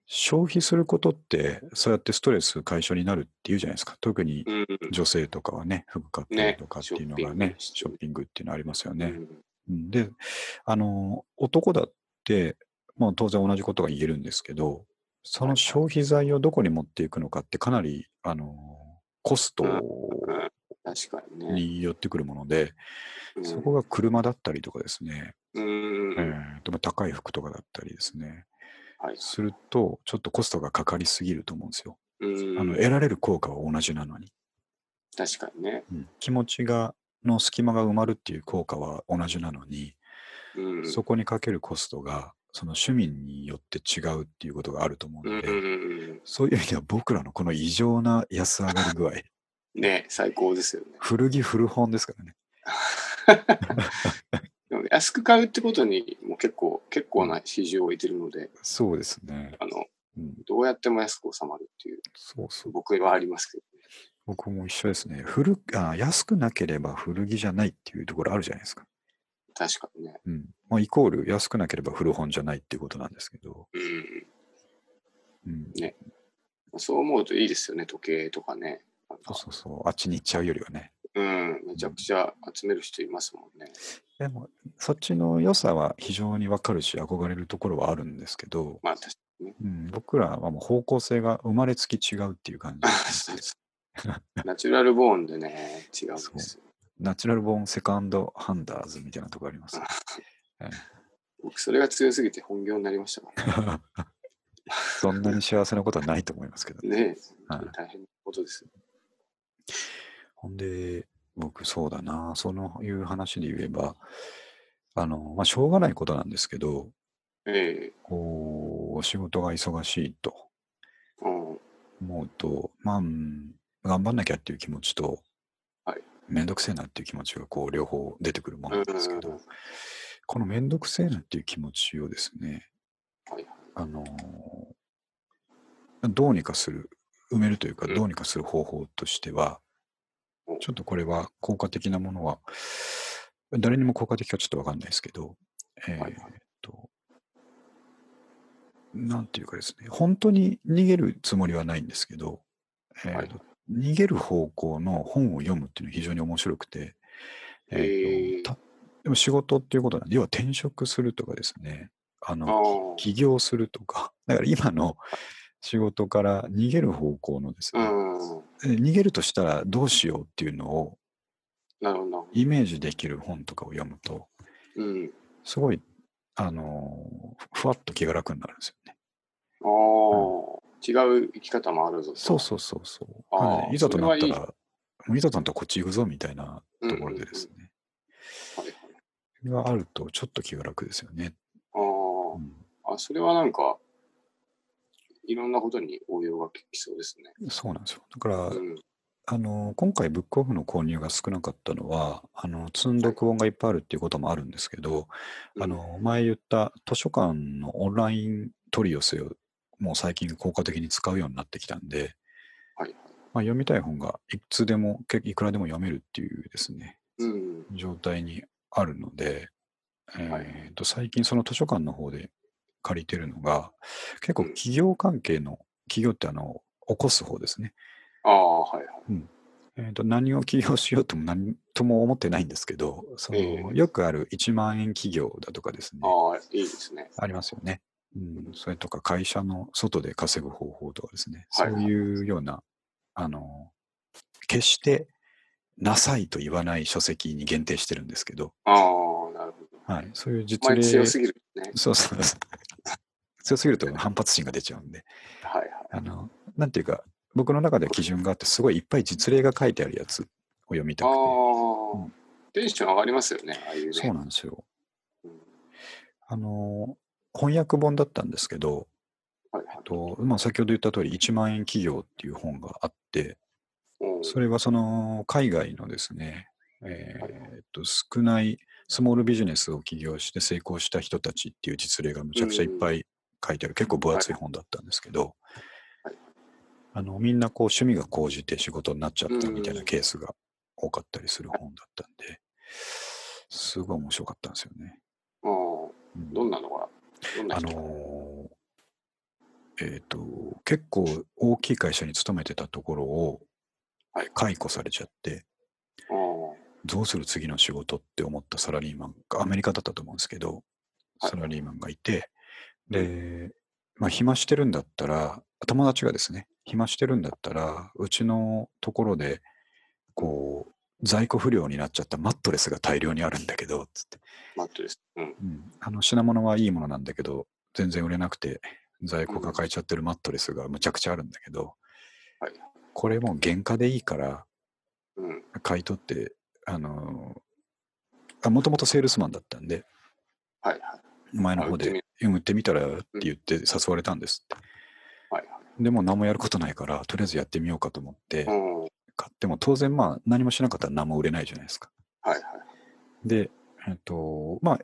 消費することって、そうやってストレス解消になるっていうじゃないですか。特に
うん。
女性とかはね、服買ったりとかっていうのがね、
ね
ショッピングっていうのありますよ
う
ね。
ん
うんで、あの、男だって、まあ当然同じことが言えるんですけど、その消費財をどこに持っていくのかってかなり、あの、コスト
確かにね。
に寄ってくるもので、
うん
そこが車だったりとかですね、
うん。
えーとまあ高い服とかだったりですね、
はい。
すると、ちょっとコストがかかりすぎると思うんですよ。
うん
あの得られる効果は同じなのに。
確かにね。
気持ちがの隙間が埋まるっていう効果は同じなのに、
うん。
そこにかけるコストがその趣味によって違うっていうことがあると思う
うん
の
う
で、
んうん
そういう意味では僕らのこの異常な安上がり <laughs> 具合
ね、最高ですよね。
古着古本ですからね
でも安く買うってことにも結構、結構な比重を置いてるので、
そうですね、
あの、
うん、
どうやっても安く収まるっていう、
そうそう
僕はありますけ
僕も一緒ですね古あ安くなければ古着じゃないっていうところあるじゃないですか、
ど、確かにね。
うんまあ、イコール安くなければ古本じゃないっていうことなんですけど、う
うん。
ん、
ねそう思うといいですよね、時計とかね。なん
そう
か
そうそうあっちに行っちゃうよりはね
うん、めちゃくちゃ集める人いますもんね。
でもそっちの良さは非常にわかるし憧れるところはあるんですけど、
まあ、確か
うん、僕らはもう方向性が生まれつき違うっていう感じ
に <laughs> そうそう。ナチュラルボーンでね、違うんですよ。
ナチュラルボーンセカンドハンダーズみたいなとこあります <laughs> ね。
僕、それが強すぎて本業になりましたから
そんなに幸せなことはないと思いますけど。
ね。ね
はい
大変なことですよ。
ほんで、僕そうだな、そのいう話で言えば、あの、まあ、しょうがないことなんですけど、
え
こう、お仕事が忙しいと
えうん。
思うと、まあ、うん頑張んなきゃっていう気持ちと、
はい
めんどくせえなっていう気持ちが、こう、両方出てくるものなんですけ
うんうん
ど
うん、
このめんどくせえなっていう気持ちをですね、
はい。
あのーどうにかする、埋めるというか、
うん
どうにかする方法としては、
お
ちょっとこれは効果的なものは、誰にも効果的かちょっとわかんないですけど、えー
はい
っと、なんていうかですね、本当に逃げるつもりはないんですけど、えーっと逃げる方向の本を読むっていうのは非常に面白くて、えーっと
へ
たでも仕事っていうことなんで、要は転職するとかですね、あの
ああ。
起業するとか、だから今の仕事から逃げる方向のです
う
ね、
ん。
で逃げるとしたらどうしようっていうのを
なるほどなるほど。
イメージできる本とかを読むと、
うん。
すごい、あのーふふわっと気が楽になるんですよね。
ああ、違う生き方もあるぞと。
そうそうそうそう。
あー
なのでいざとなった
それ
ら、もういざとなったらこっち行くぞみたいな
うんう
と
んうん
ころでですね。
はいはい
があると、ちょっと気が楽ですよね。
あー
う
あ、それはなんか、いろんなことに応用が効きそうですね。
ん、そうなんですよ。だから
う、ん。
あのー今回ブックオフの購入が少なかったのは、あの積んどく本がいっぱいあるっていうこともあるんですけど、あの前言った図書館のオンライン取り寄せをもう最近効果的に使うようになってきたんで、
はいはい
まあ、読みたい本がいつでもけいくらでも読めるっていうですね
うん。
状態にあるので、
はい
えーと最近その図書館の方で借りてるのが結構
うん
企業関係の企業ってあの起こす方ですね、
ああ、はいはい。
えー、と何を起業しようとも何とも思ってないんですけどその、
ええ
よくある1万円企業だとかですね
ああ、いいですね。
ありますよね。うん、それとか会社の外で稼ぐ方法とかですね、
はい
そういうような、あの、決してなさいと言わない書籍に限定してるんですけど、
ああ、なるほど。
はい、そういう
ま
実
あ、
例、
強すぎるね。
そうそう <laughs> そう強すぎると反発心が出ちゃうんで、
はいはい。
あの、なんていうか、僕の中では基準があって、すごいいっぱい実例が書いてあるやつを読みた
あ
く
あ
て、
ー、
うん
テンション上がりますよね、ああいうね。
そうなんですよ。
うん
あの、翻訳本だったんですけど、
はいはい。
と、まあ、先ほど言った通り、1万円企業っていう本があって、
うん
それはその海外のですね、えーっと、少ないスモールビジネスを起業して成功した人たちっていう実例がむちゃくちゃいっぱい書いてある、結構分厚い本だったんですけど
はい、
あのみんなこう趣味が高じて仕事になっちゃったみたいな
うん
ケースが多かったりする本だったんで、すごい面白かったんですよね。
うん
うん
どんなのがどんな
あ
人
のーえっ、と、結構大きい会社に勤めてたところを
はい
解雇されちゃって、
うん
どうする次の仕事って思ったサラリーマンが、アメリカだったと思うんですけど、
はい
サラリーマンがいて、で、まあ、暇してるんだったら、友達がですね、暇してるんだったら、うちのところで、こう、在庫不良になっちゃったマットレスが大量にあるんだけど、つって、
マットです。うん。
うん、あの品物はいいものなんだけど全然売れなくて在庫抱えちゃってるマットレスがむちゃくちゃあるんだけど、
はい
これもう原価でいいから
うん。
買い取ってあのもともとセールスマンだったんで
はいはい。
前の方
あ売っ
でうん売ってみたらって言って誘われたんですって、
はい
でも何もやることないからとりあえずやってみようかと思って
はい。うん。はい
買っても当然まあ何もしなかったら何も売れないじゃないですか
はい。
で、えっと、まあ、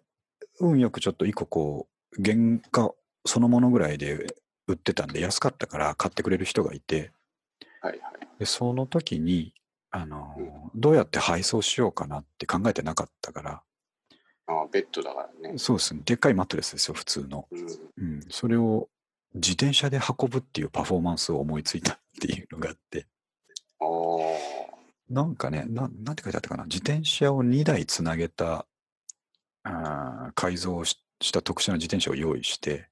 運よくちょっと一個こう、原価そのものぐらいで売ってたんで、安かったから買ってくれる人がいて、
はいはい。
で、その時に、あの、どうやって配送しようかなって考えてなかったから、
ああ、ベッドだからね。
そうですね、でっかいマットレスですよ、普通の。
うん。
うん、それを自転車で運ぶっていうパフォーマンスを思いついたっていうのがあって、
あ
なんかね、ななんて書いてあったかな、自転車を2台つなげたあー改造をしした特殊な自転車を用意して、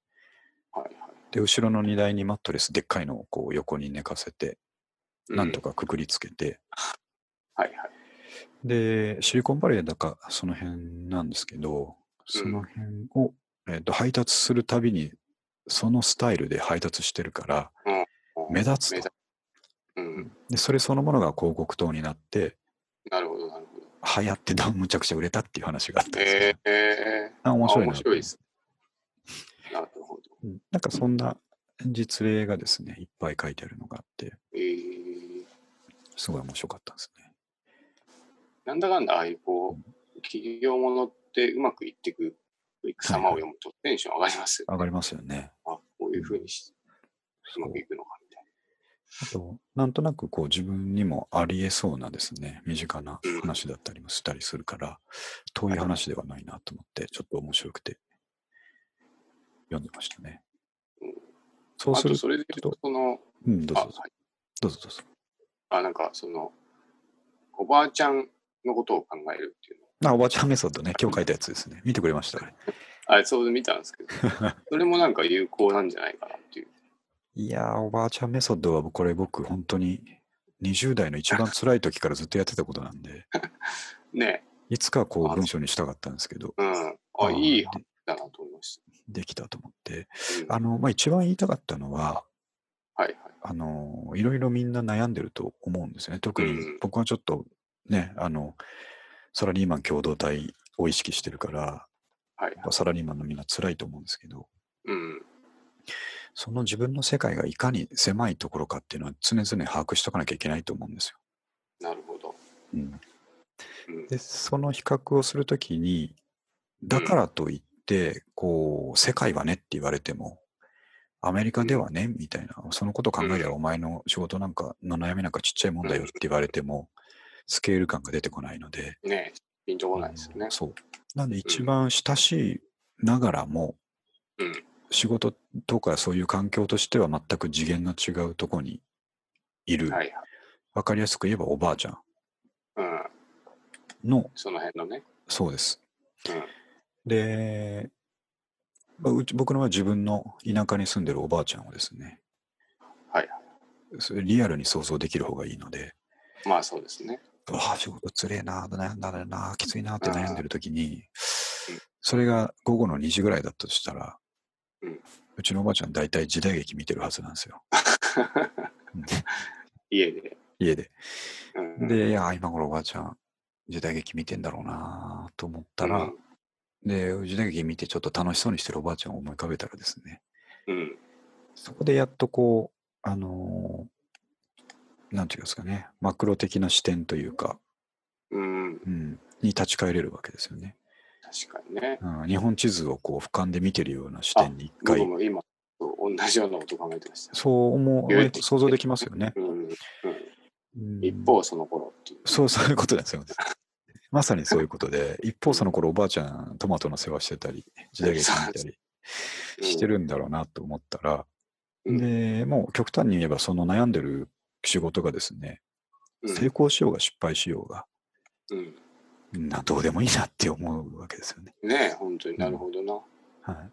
あ。はいはい。
で、後ろの荷台にマットレスでっかいのをこう横に寝かせて、
う
なんと。かくくりつけて、
はいはい。
で、シリコンバレーだかその辺なんですけど、その辺を、えーと配達するたびに、そのスタイルで配達してるから、
うん
目立つと
目うん。
でそれそのものが広告塔になって、
なるほど、なるほど。
流行ってどんむちゃくちゃ売れたっていう話があったんですけど
ええ。
あ面白いな
あ面白いです。なるほど。
うんなんかそんな実例がですね、いっぱい書いてあるのがあって、
ええ。
すごい面白かったんですね。
なんだかんだ、ああいうこう、企業ものってうまくいってく、いく様を読むとテンション上がりますよ。
上がりますよね。
あ、こういうふうにしう
そ
ま
う
くいくのかみたい
あと、なんとなくこう自分にもありえそうなですね、身近な話だったりもしたりするから、遠い話ではないなと思って、ちょっと面白くて読んでましたね
うん。
そう
な。あ
す
と、
る
それで言うと、その、
うん、どう
あ、
ぞ、どうぞどうぞ。
あ、なんかその、おばあちゃんのことを考えるっていうの。
あ、おばあちゃんメソッドね、今日書いたやつですね。見てくれました、あれ <laughs>
あれ、そうで見たんですけど、それもなんか有効なんじゃないかなっていう。
いやー、おばあちゃんメソッドはこれ僕本当に20代の一
<laughs>
番辛い時からずっとやってたことなんで、
ね
いつかこう文章にしたかったんですけど、
うん。
あ
あ、いい
で
だなと思いまし
できたと思って、
た。
あ
うん
の、まあ、一番言いたかったのは、
はいはい。
あの、いろいろみんな悩んでると思うんですよね。特に
うん
僕はちょっとね、あの、サラリーマン共同体を意識してるから、
はい
やっ。ぱサラリーマンのみんな辛いと思うんですけど、
うん。
その自分の世界がいかに狭いところかっていうのは常々把握しとかなきゃいけないと思うんですよ。
なるほど。
うん、
うん。
で、その比較をするときに、だからといって、こう、世界はねって言われても、アメリカではね、みたいな、そのことを考えりゃ
うん
お前の仕事なんか、の悩みなんかちっちゃいもんだよって言われても、スケール感が出てこないので、
ねピンとこないですよね。
そう。なんで一番親しいながらも、
うん
仕事とかそういう環境としては全く次元の違うとこにいる。
はいはい。
わかりやすく言えばおばあちゃ
うん。
んの、
その辺のね。
そうです。
うん。
で、まあうち僕のは自分の田舎に住んでるおばあちゃんをですね、
はい
それリアルに想像できる方がいいので、
まあそうですね。
うわあ、仕事つれえな、悩んだらな、きついなって悩んでる時に
うん、
それが午後の2時ぐらいだとしたら、
うん
うちのおばあちゃん大体時代劇見てるはずなんですよ。うん
家で。
家で。
うん、
で、いや、今頃おばあちゃん、時代劇見てんだろうなと思ったら、
うん
で、時代劇見てちょっと楽しそうにしてるおばあちゃんを思い浮かべたらですね、
うん。
そこでやっとこう、あのーなんていうんですかね、マクロ的な視点というか、
うん。
うん、に立ち返れるわけですよね。
確かにね。
うん、日本地図をこう俯瞰で見てるような視
あ
点に一
僕
回、
も今、そう同じようなこと考えてました。
そう思う、
言えて
想像できますよね。
うんうん、
うん
一方、その頃っていう。
そう、そういうことなんですよ。 <laughs> まさにそういうことで、一方その頃おばあちゃん、トマトの世話してたり、時代劇見たり
うん
してるんだろうなと思ったら、
うん
で、もう極端に言えばその悩んでる仕事がですね、
うん
成功しようが失敗しようが、
うん
などうでもいいなって思うわけですよね。
ねえ本当になるほどな。い
は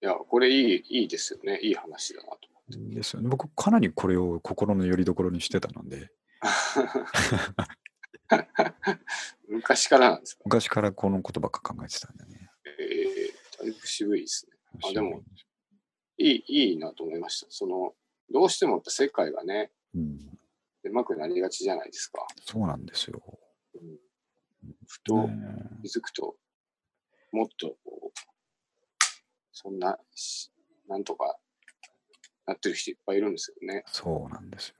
や、これいい、いいですよね。いい話だなと。
い、ですよね。僕、かなりこれを心の拠り所にしてたので、
<laughs> 昔からなんですか。
昔からこの言葉か考えてたんだね。
ええだいぶ渋いですね。あでも、いい、いいなと思いました。その、どうしてもやっぱ世界がね、
うん、
狭くなりがちじゃないですか。
そうなんですよ。
うんふと
ね
気づくと、もっとこう、そんなし、なんとかなってる人いっぱいいるんですよね。
そうなんですよ。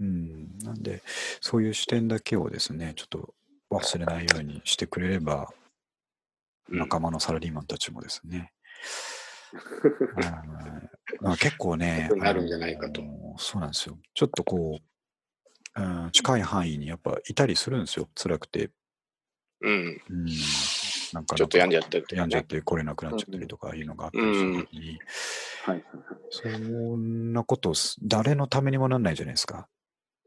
うん、なんで、そういう視点だけをですね、ちょっと忘れないようにしてくれれば、
うん
仲間のサラリーマンたちもです
<laughs>
ね、うんまあ、結構ね、
なるんじゃないかと
あのそうなんですよ。ちょっとこう、うん、近い範囲にやっぱいたりするんですよ、辛くて。う
うん。
ん、なんか
ちょっと病んじゃったりとかね
病んじゃって、来れなくなっちゃったりとかいうのがあったりするときに、
はい。
そんなことす誰のためにもなんないじゃないですか。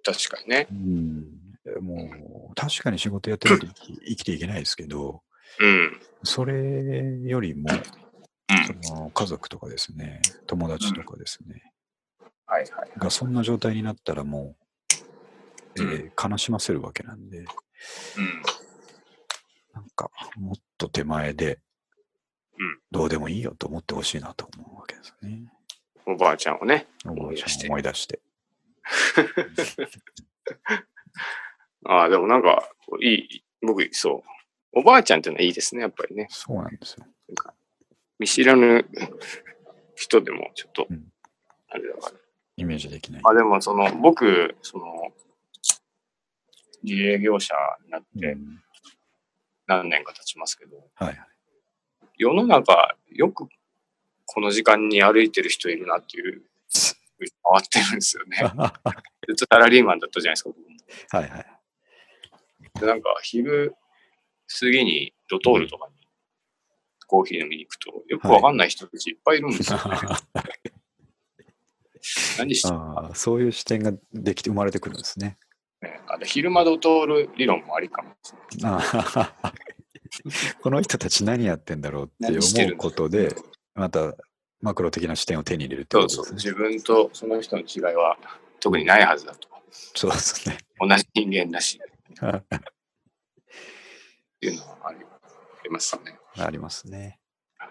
確かにね。
うん、もう確かに仕事やってないと生き生きていけないですけど、
うん。
それよりも
うん。
その家族とかですね、友達とかですね、
はいはい。
がそんな状態になったらもう、え
う
ー悲しませるわけなんで、
うん。
なんかもっと手前で
うん、
どうでもいいよと思ってほしいなと思うわけですね。
おばあちゃんをね。
おばあ
思い
ち
出し
ゃん
て
を思い出して。
ああ、でもなんか、いい、僕、そう。おばあちゃんっていうのはいいですね、やっぱりね。
そうなんですよ。
見知らぬ人でも、ちょっと
うん、
あれだから。
イメージできない。
まあでも、その、僕、その、自営業者になっ
う
て
ん <laughs>
何年か経ちますけど、
はい。
世の中、よくこの時間に歩いてる人いるなっ
<laughs>
ていう、回ってるんですよね。
は
ずっとサラリーマンだったじゃないですか、僕
い
も。<laughs>
はい。
でなんか昼過ぎにドトールとかにコーヒー飲みに行くと、よくわかんない人たちいっぱいいるんですよ、ね何してんの
ああ、そういう視点ができて生まれてくるんですね。
ねあの昼間ドトール理論もありかもしれない。
あ <laughs> あこの人たち何やってんだろうって
何して
思
る
うん
だ
ことで、またマクロ的な視点を手に入れるって
そ
こ
う
と
そ
です
う。
ね。
自分とその人の違いは特にないはずだと。
そうですね。
同じ人
<laughs>
間だし、っていうのはありありますね。
ありますね。
はい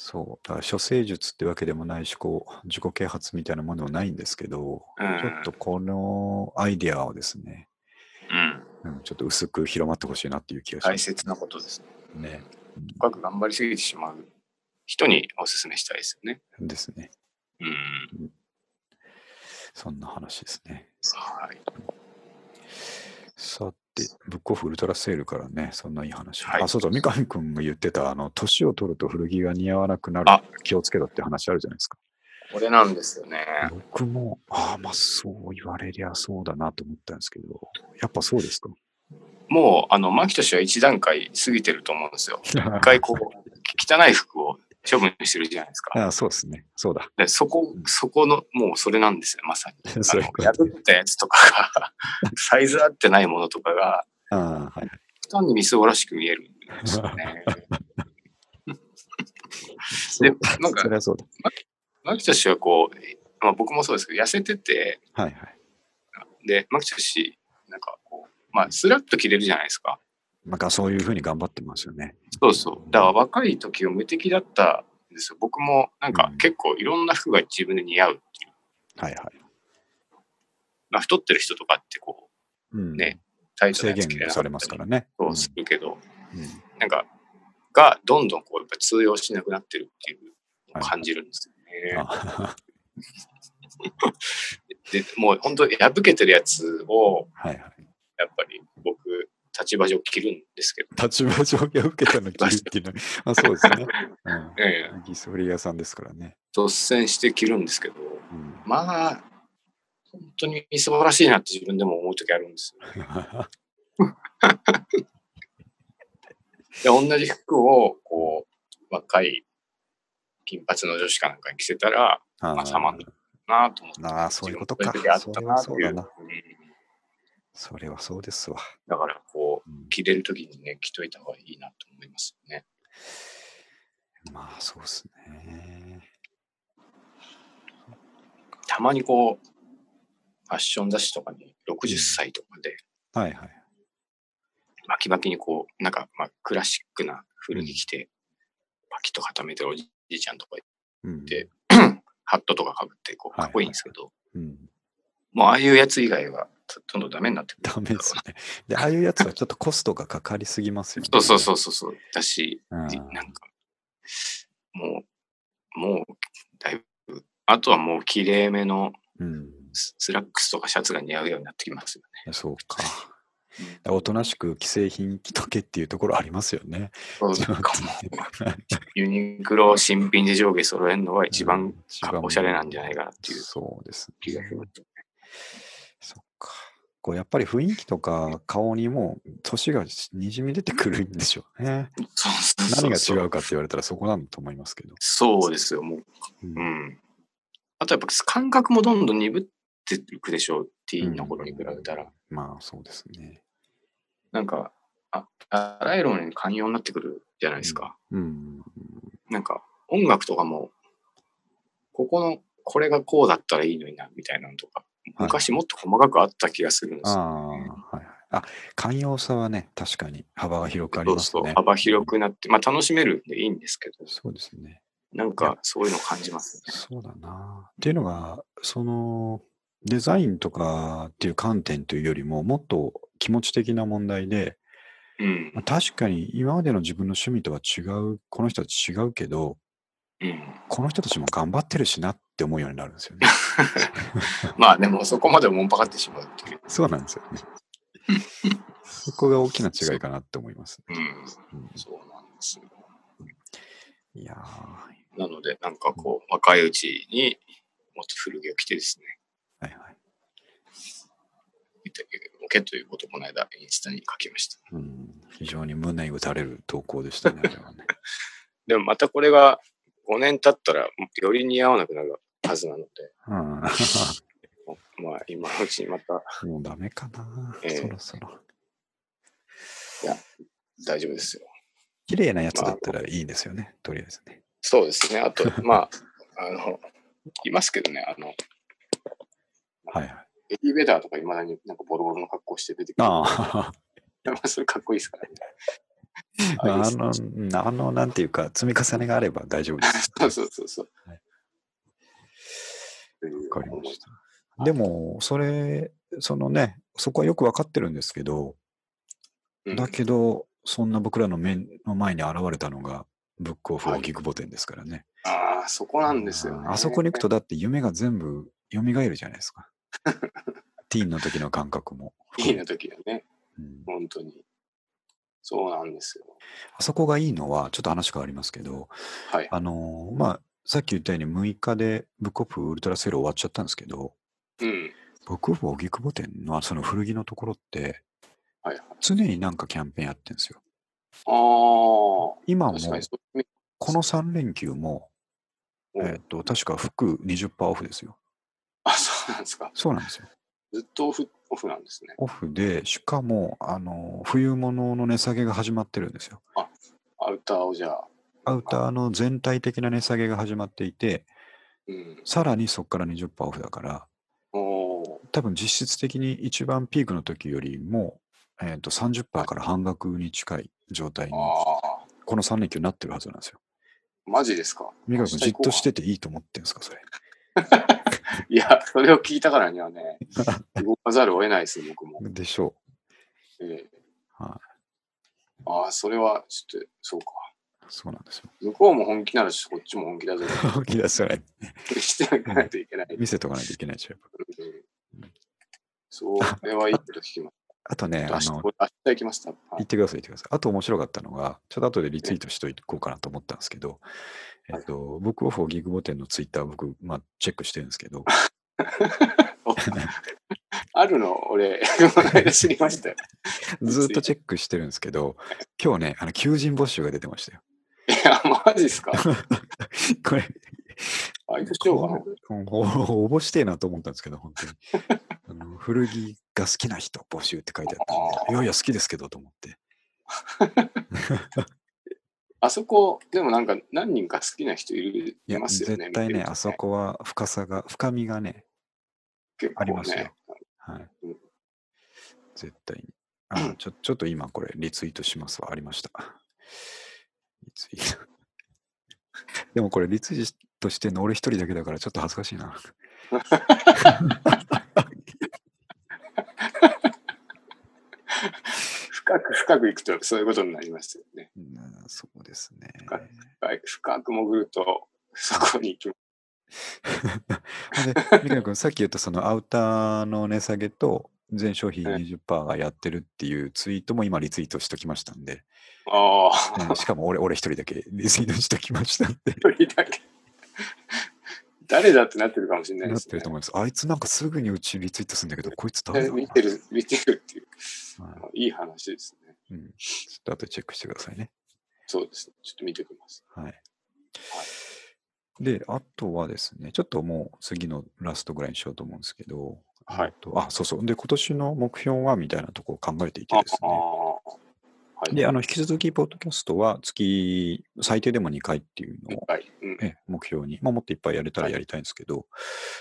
そう。だから、処世術ってわけでもないし、こう、自己啓発みたいなものもないんですけど、
うん
ちょっとこのアイデアをですね、
うん、
うん、ちょっと薄く広まってほしいなっていう気がしま
大
す
切なことですね。
ね。
深く頑張りすぎてしまう人にお勧めしたいですよね。
ですね。
うん。
そんな話ですね。
はい。
さて、ブックオフウルトラセールからね、そんないい話。
はい
あ、そうそう、三上くんが言ってた、あの、年を取ると古着が似合わなくな
あ
る、気をつけろって話あるじゃないですか。
これなんですよね。
僕も、ああ、まあ、そう言われりゃそうだなと思ったんですけど、やっぱそうですか。
もう、あの、牧俊は一段階過ぎてると思うんですよ。一回こう、汚い服を処分してるじゃないですか。
<laughs> ああそうですね。そうだ。
でそこ、そこの、もうそれなんですね、まさに。あ
<laughs> そう
の
いうこと
破ったやつとか
<laughs>
が、サイズ合ってないものとかが、
ああ、はい。
単にみすぼらしく見えるんです
<laughs>
よね。で、な
そ
んか
れ、はそうだ。
牧俊はこう、まあ、僕もそうですけど、痩せてて、
はいはい。
で、牧俊、なんかこう、まあ、スラッと着れるじゃないですか。
なんかそういうふうに頑張ってますよね。
そうそう。だから若い時は無敵だったんですよ。僕も、なんか
うん
結構いろんな服が自分で似合うっていう。
はいはい。
まあ、太ってる人とかってこう、
うん、
ね体
制限されますからね。
そうするけど、
うんうん
なんか、がどんどんこうやっぱ通用しなくなってるっていうのを感じるんですよね。
あ <laughs>
でもう本当破けてるやつを
はいはい。
やっぱり僕立場上着るんですけど、
立場上下を受けたの切るっていう <laughs> のは、あそうですね。
ええ
うん。ギソリ屋さんですからね。
率先して着るんですけど
うん、
まあ本当に素晴らしいなって自分でも思う時あるんですよで同じ服をこう若い金髪の女子かなんかに着せたら
<laughs> あ
まあ様のなあと思って
ああ、そういうことか
自。分もそ
そ
ういう時あった
れ
な
は
って
そうだ
いう
な。
うん
それはそうですわ。
だからこ
う
うん着れる時にね着といた方がいいなと思いますよね
まあ、そうですね。
たまにこうファッション雑誌とかに60歳とかで
はいはい。
バキバキにこう、なんか、まあ、クラシックな古着着て、パキッと固めてるおじいちゃんとか、
うん。
でハットとかかぶって、こう、
はい
かっこいいんですけど、
うん、
もう、ああいうやつ以外は、どんどんダメになってくる。
ダメですね。で、ああいうやつはちょっとコストがかかりすぎますよね。
そうそうそうそうそう。だし、
うん。
なんか、もう、もう、だいぶ、あとはもう、きれいめの
うん。
ススラックスとかシャツが似合うようになってきますよね。
そうか。おとなしく既製品着とけっていうところありますよね。
そう
<laughs>
なんかもう、ユニクロを新品で上下揃えるのが一番かおしゃれなんじゃないかなっていう
そうです
気が
ね
し。ます。
そっか。こうやっぱり雰囲気とか顔にもう年がにじみ出てくるんでしょうね。
そうそうそう
何が
そう
違うかって言われたらそこなんだと思いますけど。
そうですよ、もう。
うん
うん。あとやっぱ感覚もどんどん鈍っていくでしょう、ティーンの頃に比べたら。
まあそうですね。
なんか、ああらゆるものに寛容になってくるじゃないですか。
うん。
なんか、音楽とかも、ここの、これがこうだったらいいのにな、みたいなのとか、
はい
昔もっと細かくあった気がするんで
あ
すよ。
あ、はいはい。あ、寛容さはね、確かに幅が広くあり
そう
ます
そう
ね。
幅広くなって、まあ楽しめるんでいいんですけど、
そうですね。
なん
い
か
や
そういうのを感じますね。
そうだな。っていうのが、そのデザインとかっていう観点というよりも、もっと気持ち的な問題で、
うん
まあ、確かに今までの自分の趣味とは違う、この人たち違うけど、
うん、
この人たちも頑張ってるしなって思うようになるんです <laughs> よね。
まあでもそこまでもんぱかってしまうっていう。
そうなんですよね。そこが大きな違いかなって思います、
う
ね
ん、
うん
そうなんですよ。
いやー
なので、なんかこう、若いうちにもっと古着を着てですね、
はいはい。
見ておけということをこの間、インスタに書きました。
うん、非常に胸打たれる投稿でしたね。あれは <laughs> ね
でもまたこれが5年経ったら、より似合わなくなるはずなので、
う
まあ今のうちにまた
ん、もうダメかな、
ええ
そろそろ。
大丈夫ですよ。
綺麗なやつだったらいいんですよね、とりあえずね。
そうですね。あと、まあ、あの、いますけどね、あの、
はいはい。
エディ・ベダーとかいまだになんかボロボロの格好して出てくる。
あ
<laughs> まあそれかっこいいですからね。
<laughs> あ、
あいいっ
あ
すね
の、うんあの、なんていうか、積み重ねがあれば大丈夫 <laughs> です。
そうそうそうそう。
はい
という
わかりまし
は
た。
い
でも、それ、そのね、そこはよくわかってるんですけど、
うん
だけど、そんな僕らの目の前に現れたのが、ブックオフ
はい
荻窪店ですからね。
ああ、そこなんですよね。
あそこに行くと、だって夢が全部蘇るじゃないです
<laughs>
か。ティーンの時の感覚も。
いいな時だね、
うん
本当に。そうなんですよ。
あそこがいいのは、ちょっと話変わりますけど、
はい。
あのーまあ、さっき言ったように6日でブックオフウルトラセール終わっちゃったんですけど、
うん。
ブックオフ荻窪店のその古着のところって、
はいはい。
常になんかキャンペーンやってるんですよ。
あ
今
あ、
も、
確かにそう。
この3連休も、え
お
ーっと、確か服20%オフですよ。
あ、そうなんですか。
そうなんですよ。
ずっとオフオフなんですね。
オフで、しかも、あのー、冬物の値下げが始まってるんですよ。
アウターをじゃあ。
アウターの全体的な値下げが始まっていて、
うん。
さらにそこから20%オフだから、
おー
多分実質的に一番ピークの時よりも、えー、と30%から半額に近い状態に、
ああ、
この3連休になってるはずなんですよ。
マジですか。
美香君、じっとして
明日行こ
ていいと思ってんですか、それ。
うか。いや、それを聞いたからに
<laughs>
はね、動かざるを得ないです、僕も。
でしょ
ええ
は
ああ、それはちょっと、そうか。
う。そうなんですよ。 <laughs>
向こうも本気ならし、こっちも本気だぞ。
大きいですよね。
していかないといけない。
見せとかないといけないでしょ。やっぱ
うんそう、これはいいこと聞きまし
あとね、<laughs>
た。
あ
明日
の、
明日行きました。は
言っ
い
てください、言ってください。あと面白かったのが、ちょっと後でリツイートしといこうかなと思ったんですけど、えっと、僕オフォーギグボテンのツイッター、僕、まあ、チェックしてるんですけ
<laughs>
ど、
あるの、俺、 <laughs> この間知りま
<laughs>
したよ。
ずっとチェックしてるんですけど、今日ね、あの、求人募集が出てましたよ。 <laughs>
いや、マジですか。
これ、
バイトしようかな。
うんほ応募してえなと思ったんですけど、本当に。あの古着が好きな人募集って書いてあったん
<laughs>
で、いやいや、好きですけどと思って。
あそこ、でもなんか何人か好きな人いる
い
い
や、
ますよね。
絶対
見て
ね、
ると
あそこは深さが、深みがね、
結構
あります
ね
よ。。はい
うん。
絶対に。あちょ、ちょっと今これ、リツイートしますわ。ありました。リツイート。 <laughs> でもこれ、リツイートしてんの俺一人だけだから、ちょっと恥ずかしいな。
深く深くいくとそういうことになりますよね。
うんそうですね。
深いはい深く潜ると、そこに行きま
で、三上君、さっき言ったそのアウターの値下げと、全商品20%がやってるっていうツイートも今リツイートしときましたん
<laughs>
で、
す。ああ、
うんしかも俺、俺一人だけリツイートしときましたんで、
一人だけ。誰だってなってるかもしれない
な
で
っ
す
てる
ね
と。思います。あいつなんかすぐにうちリツイートするんだけど、こいつ誰だ
え
ろうな
見てる、見てるっていう、
はい
い話ですね。
いうん。ちょっと後でチェックしてくださいね。
そうですね。ちょっと見ておきます。
はい。で、あとはですね、ちょっともう次のラストぐらいにしようと思うんですけど、
はい
えっとあ、そうそう。で、今年の目標はみたいなところを考えていて
ああ
ですね。
はい。
で、あの、引き続き、ポッドキャストは月、最低でも2回っていうのを、
はい。うん。
ええ目標に、まあ、もっといっぱいやれたらやりたいんですけど、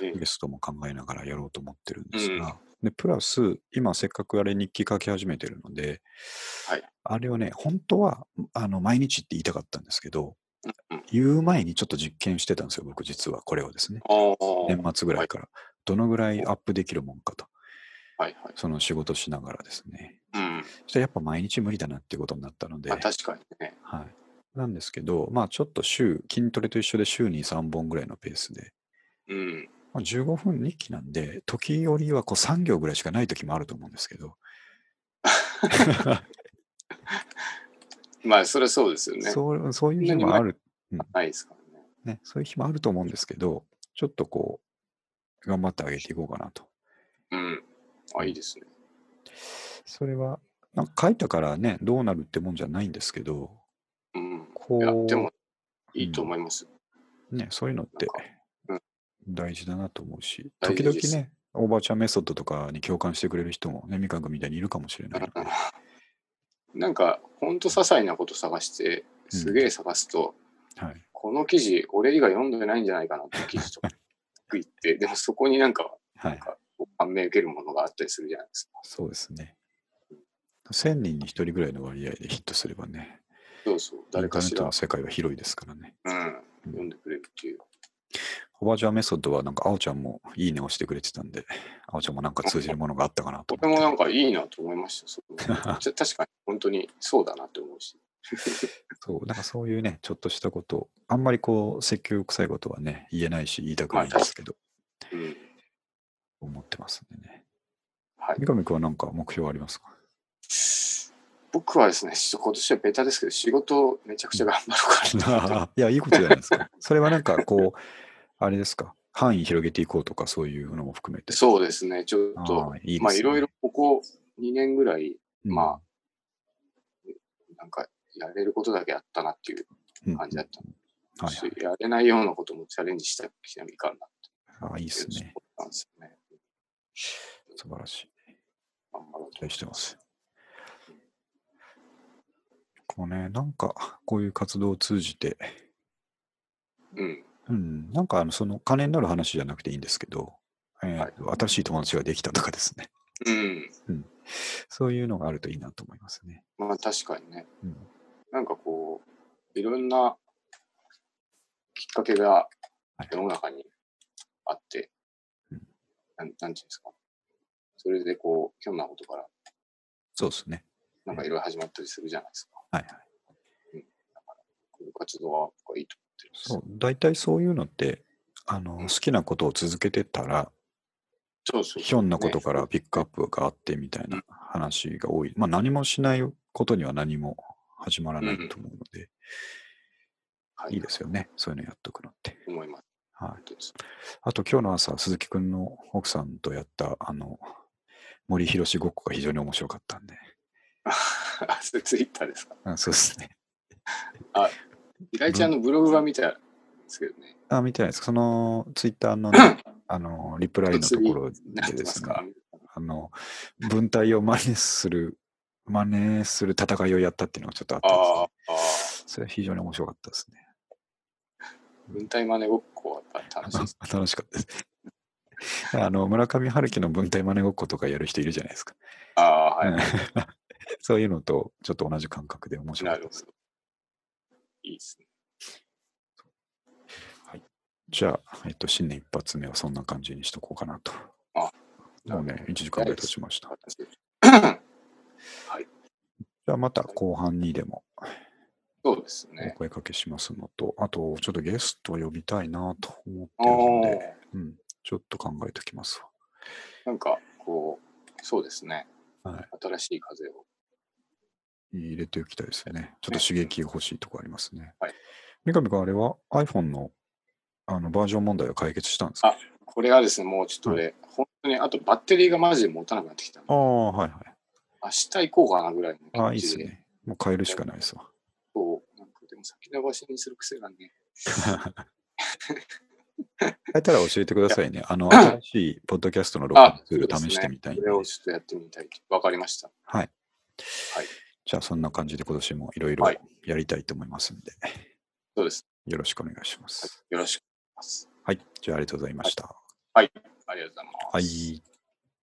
ええ
ゲストも考えながらやろうと思ってるんですが、で、プラス、今、せっかくあれ日記書き始めてるので、
はい
あれをね、本当は、あの、毎日って言いたかったんですけど、
うん
言う前にちょっと実験してたんですよ、僕、実はこれをですね、
ああ。
年末ぐらいから。どのぐらいアップできるもんかと、
はいはい。
その仕事しながらですね。
うん。
そしてやっぱ毎日無理だなっていうことになったので、
まあ確かにね。
はい。なんですけど、まあちょっと週、筋トレと一緒で週に3本ぐらいのペースで、
うん。
まあ、15分日記なんで、時折はこう3行ぐらいしかない時もあると思うんですけど、
まあ、それはそうですよね。
そうそういう日もある、
ないですからね。
ね、そういう日もあると思うんですけど、ちょっとこう、頑張ってあげていこうかなと。
うん。あ、いいですね。
それは、なんか書いたからね、どうなるってもんじゃないんですけど、
うん。
こ
いや、
う、
でも、いいと思います。
ね、そういうのって
なん
大事だなと思うし、
大
時
事で
々
す
ね、おばあちゃんメソッドとかに共感してくれる人もね、みかん君みたいにいるかもしれないので、
なんか、ほんと些細なこと探して、すげえ探すと、
はい、
ここの記事、俺以外読んでないんじゃないかなって記事とか言って、 <laughs> でもそこになんか、
はい。
感銘受けるものがあったりするじゃないですか。
そうですね。1000人に1人ぐらいの割合でヒットすればね、
そうそう、誰か
イン
し
ターネット
ら
の、世界は広いですからね。
うん、読んでくれるっていう。
ホバージャーメソッドはなんか、あおちゃんもいいねをしてくれてたんで、あおちゃんもなんか通じるものがあったかなと
と
思
ても
っ
な
て。
んかいいなと思いました。そ
<laughs>
のちょ確かに、本当にそうだなって思うし。
そう、なんかそういうね、ちょっとしたこと、あんまりこう、説教臭いことはね、言えないし、言いたくないんですけど、
うん。
思ってますんでね。
はい。
三上君はなんか目標ありますか <laughs>
僕はですね、ちょっと今年はベタですけど、仕事をめちゃくちゃ頑張ろうかなと思っ
い
て。
や、いいことじゃないですか。それはなんかこう、あれですか、範囲広げていこうとか、そういうのも含め <laughs> て。
そうですね、ちょっ
あ
と、
あいいですね
まあいろいろここ2年ぐらい、
うん
まなんかやれることだけやったなっていう
うん
感じだった
はい
し、やれないようなこともチャレンジしたきてもいいかな
は
っ
い。あいいで
てい
す
う
ね。
そうなんですよね。
素晴らしい。
頑張ろう
期
と
待してます。こうね、なんか、こういう活動を通じて、
うん。
うん、なんかあの、その、金になる話じゃなくていいんですけど、えーと新しい友達ができたとかですね。
うん。
そういうのがあるといいなと思いますね。
まあ確かにね、
うん、
なんかこう、いろんなきっかけが
はい
世の中にあって、
うん
なんなんていうんですか。それでこう、ひょんなことから、
そうですね。
なんかいろいろ始まったりするじゃないですか。
はいはい。
こういう活動は僕はいいと思ってるんです
そう、大体そういうのって、あの、好きなことを続けてたら、
そうそう
ひょんなことからピックアップがあってみたいな話が多い。まあ何もしないことには何も始まらないと思うので、
はい
いいですよね。そういうのやっとくのって。
思います。
はい。
本当です
あと今日の朝、鈴木くんの奥さんとやった、あの、森博士ごっこが非常に面白かったんで。
あ、それツイッターですか。
あそうですね。
平井ちゃんのブログは見たんですけどね。
あ、見てないです。その、ツイッターの
<coughs>
ね、あの、リプライのところで
なんて
で
ます
すね、
か。
あの、文体を真似する、真似する戦いをやったっていうのがちょっとあった
あ
んです
あ、ああ、
けど、それは非常に面白かったですね。
文体真似ごっこはやっぱ楽しいです。
<laughs> 楽しかったです。あの、村上春樹の文体真似ごっことかやる人いるじゃないですか。
ああ、はい。
<laughs> そういうのとちょっと同じ感覚で面白
な
かっ
る
た
ほ
で
ど
す。。
いいですね。
じゃあ、えっと、新年一発目はそんな感じにしとこうかなと。
あ
もうね、1時間ぐらい経ちました。
私
じゃあまた後半にでも
そうです
お
ね。
声かけしますのと、あとちょっとゲスト呼びたいなと思っ
あ
てるので、
ー
うん、ちょっと考えときます
なんか、こう、そうですね。
わ。はい。
新しい風を。
入れておきたいですよね。ちょっと刺激欲しいとこありますね。
はい。
三上君、あれは iPhone のあのバージョン問題は解決したんですか
あこれがですね、もうちょっと俺、本当に、あとバッテリーがマジで持たなくなってきた。
ああ、はいはい。
明日行こうかなぐらいの
ああ、
感
いいで
じ
す
で。
ね。もう変えるしかないですわ。
そう。なんかでも先延ばしにする癖がね。
変えたら教えてくださいね。あの、新しいポッドキャストの録音ツール試してみたいん
そ
で
うですねこれをちょっとやってみたい。わかりました。
はい。
はい
じゃあ、そんな感じで今年もいろいろ
はい
やりたいと思いますんで、
そうです。
よろしくお願いします。
よろしくお願いします。
はい。じゃあ、ありがとうございました。
ありがとうございます。
はい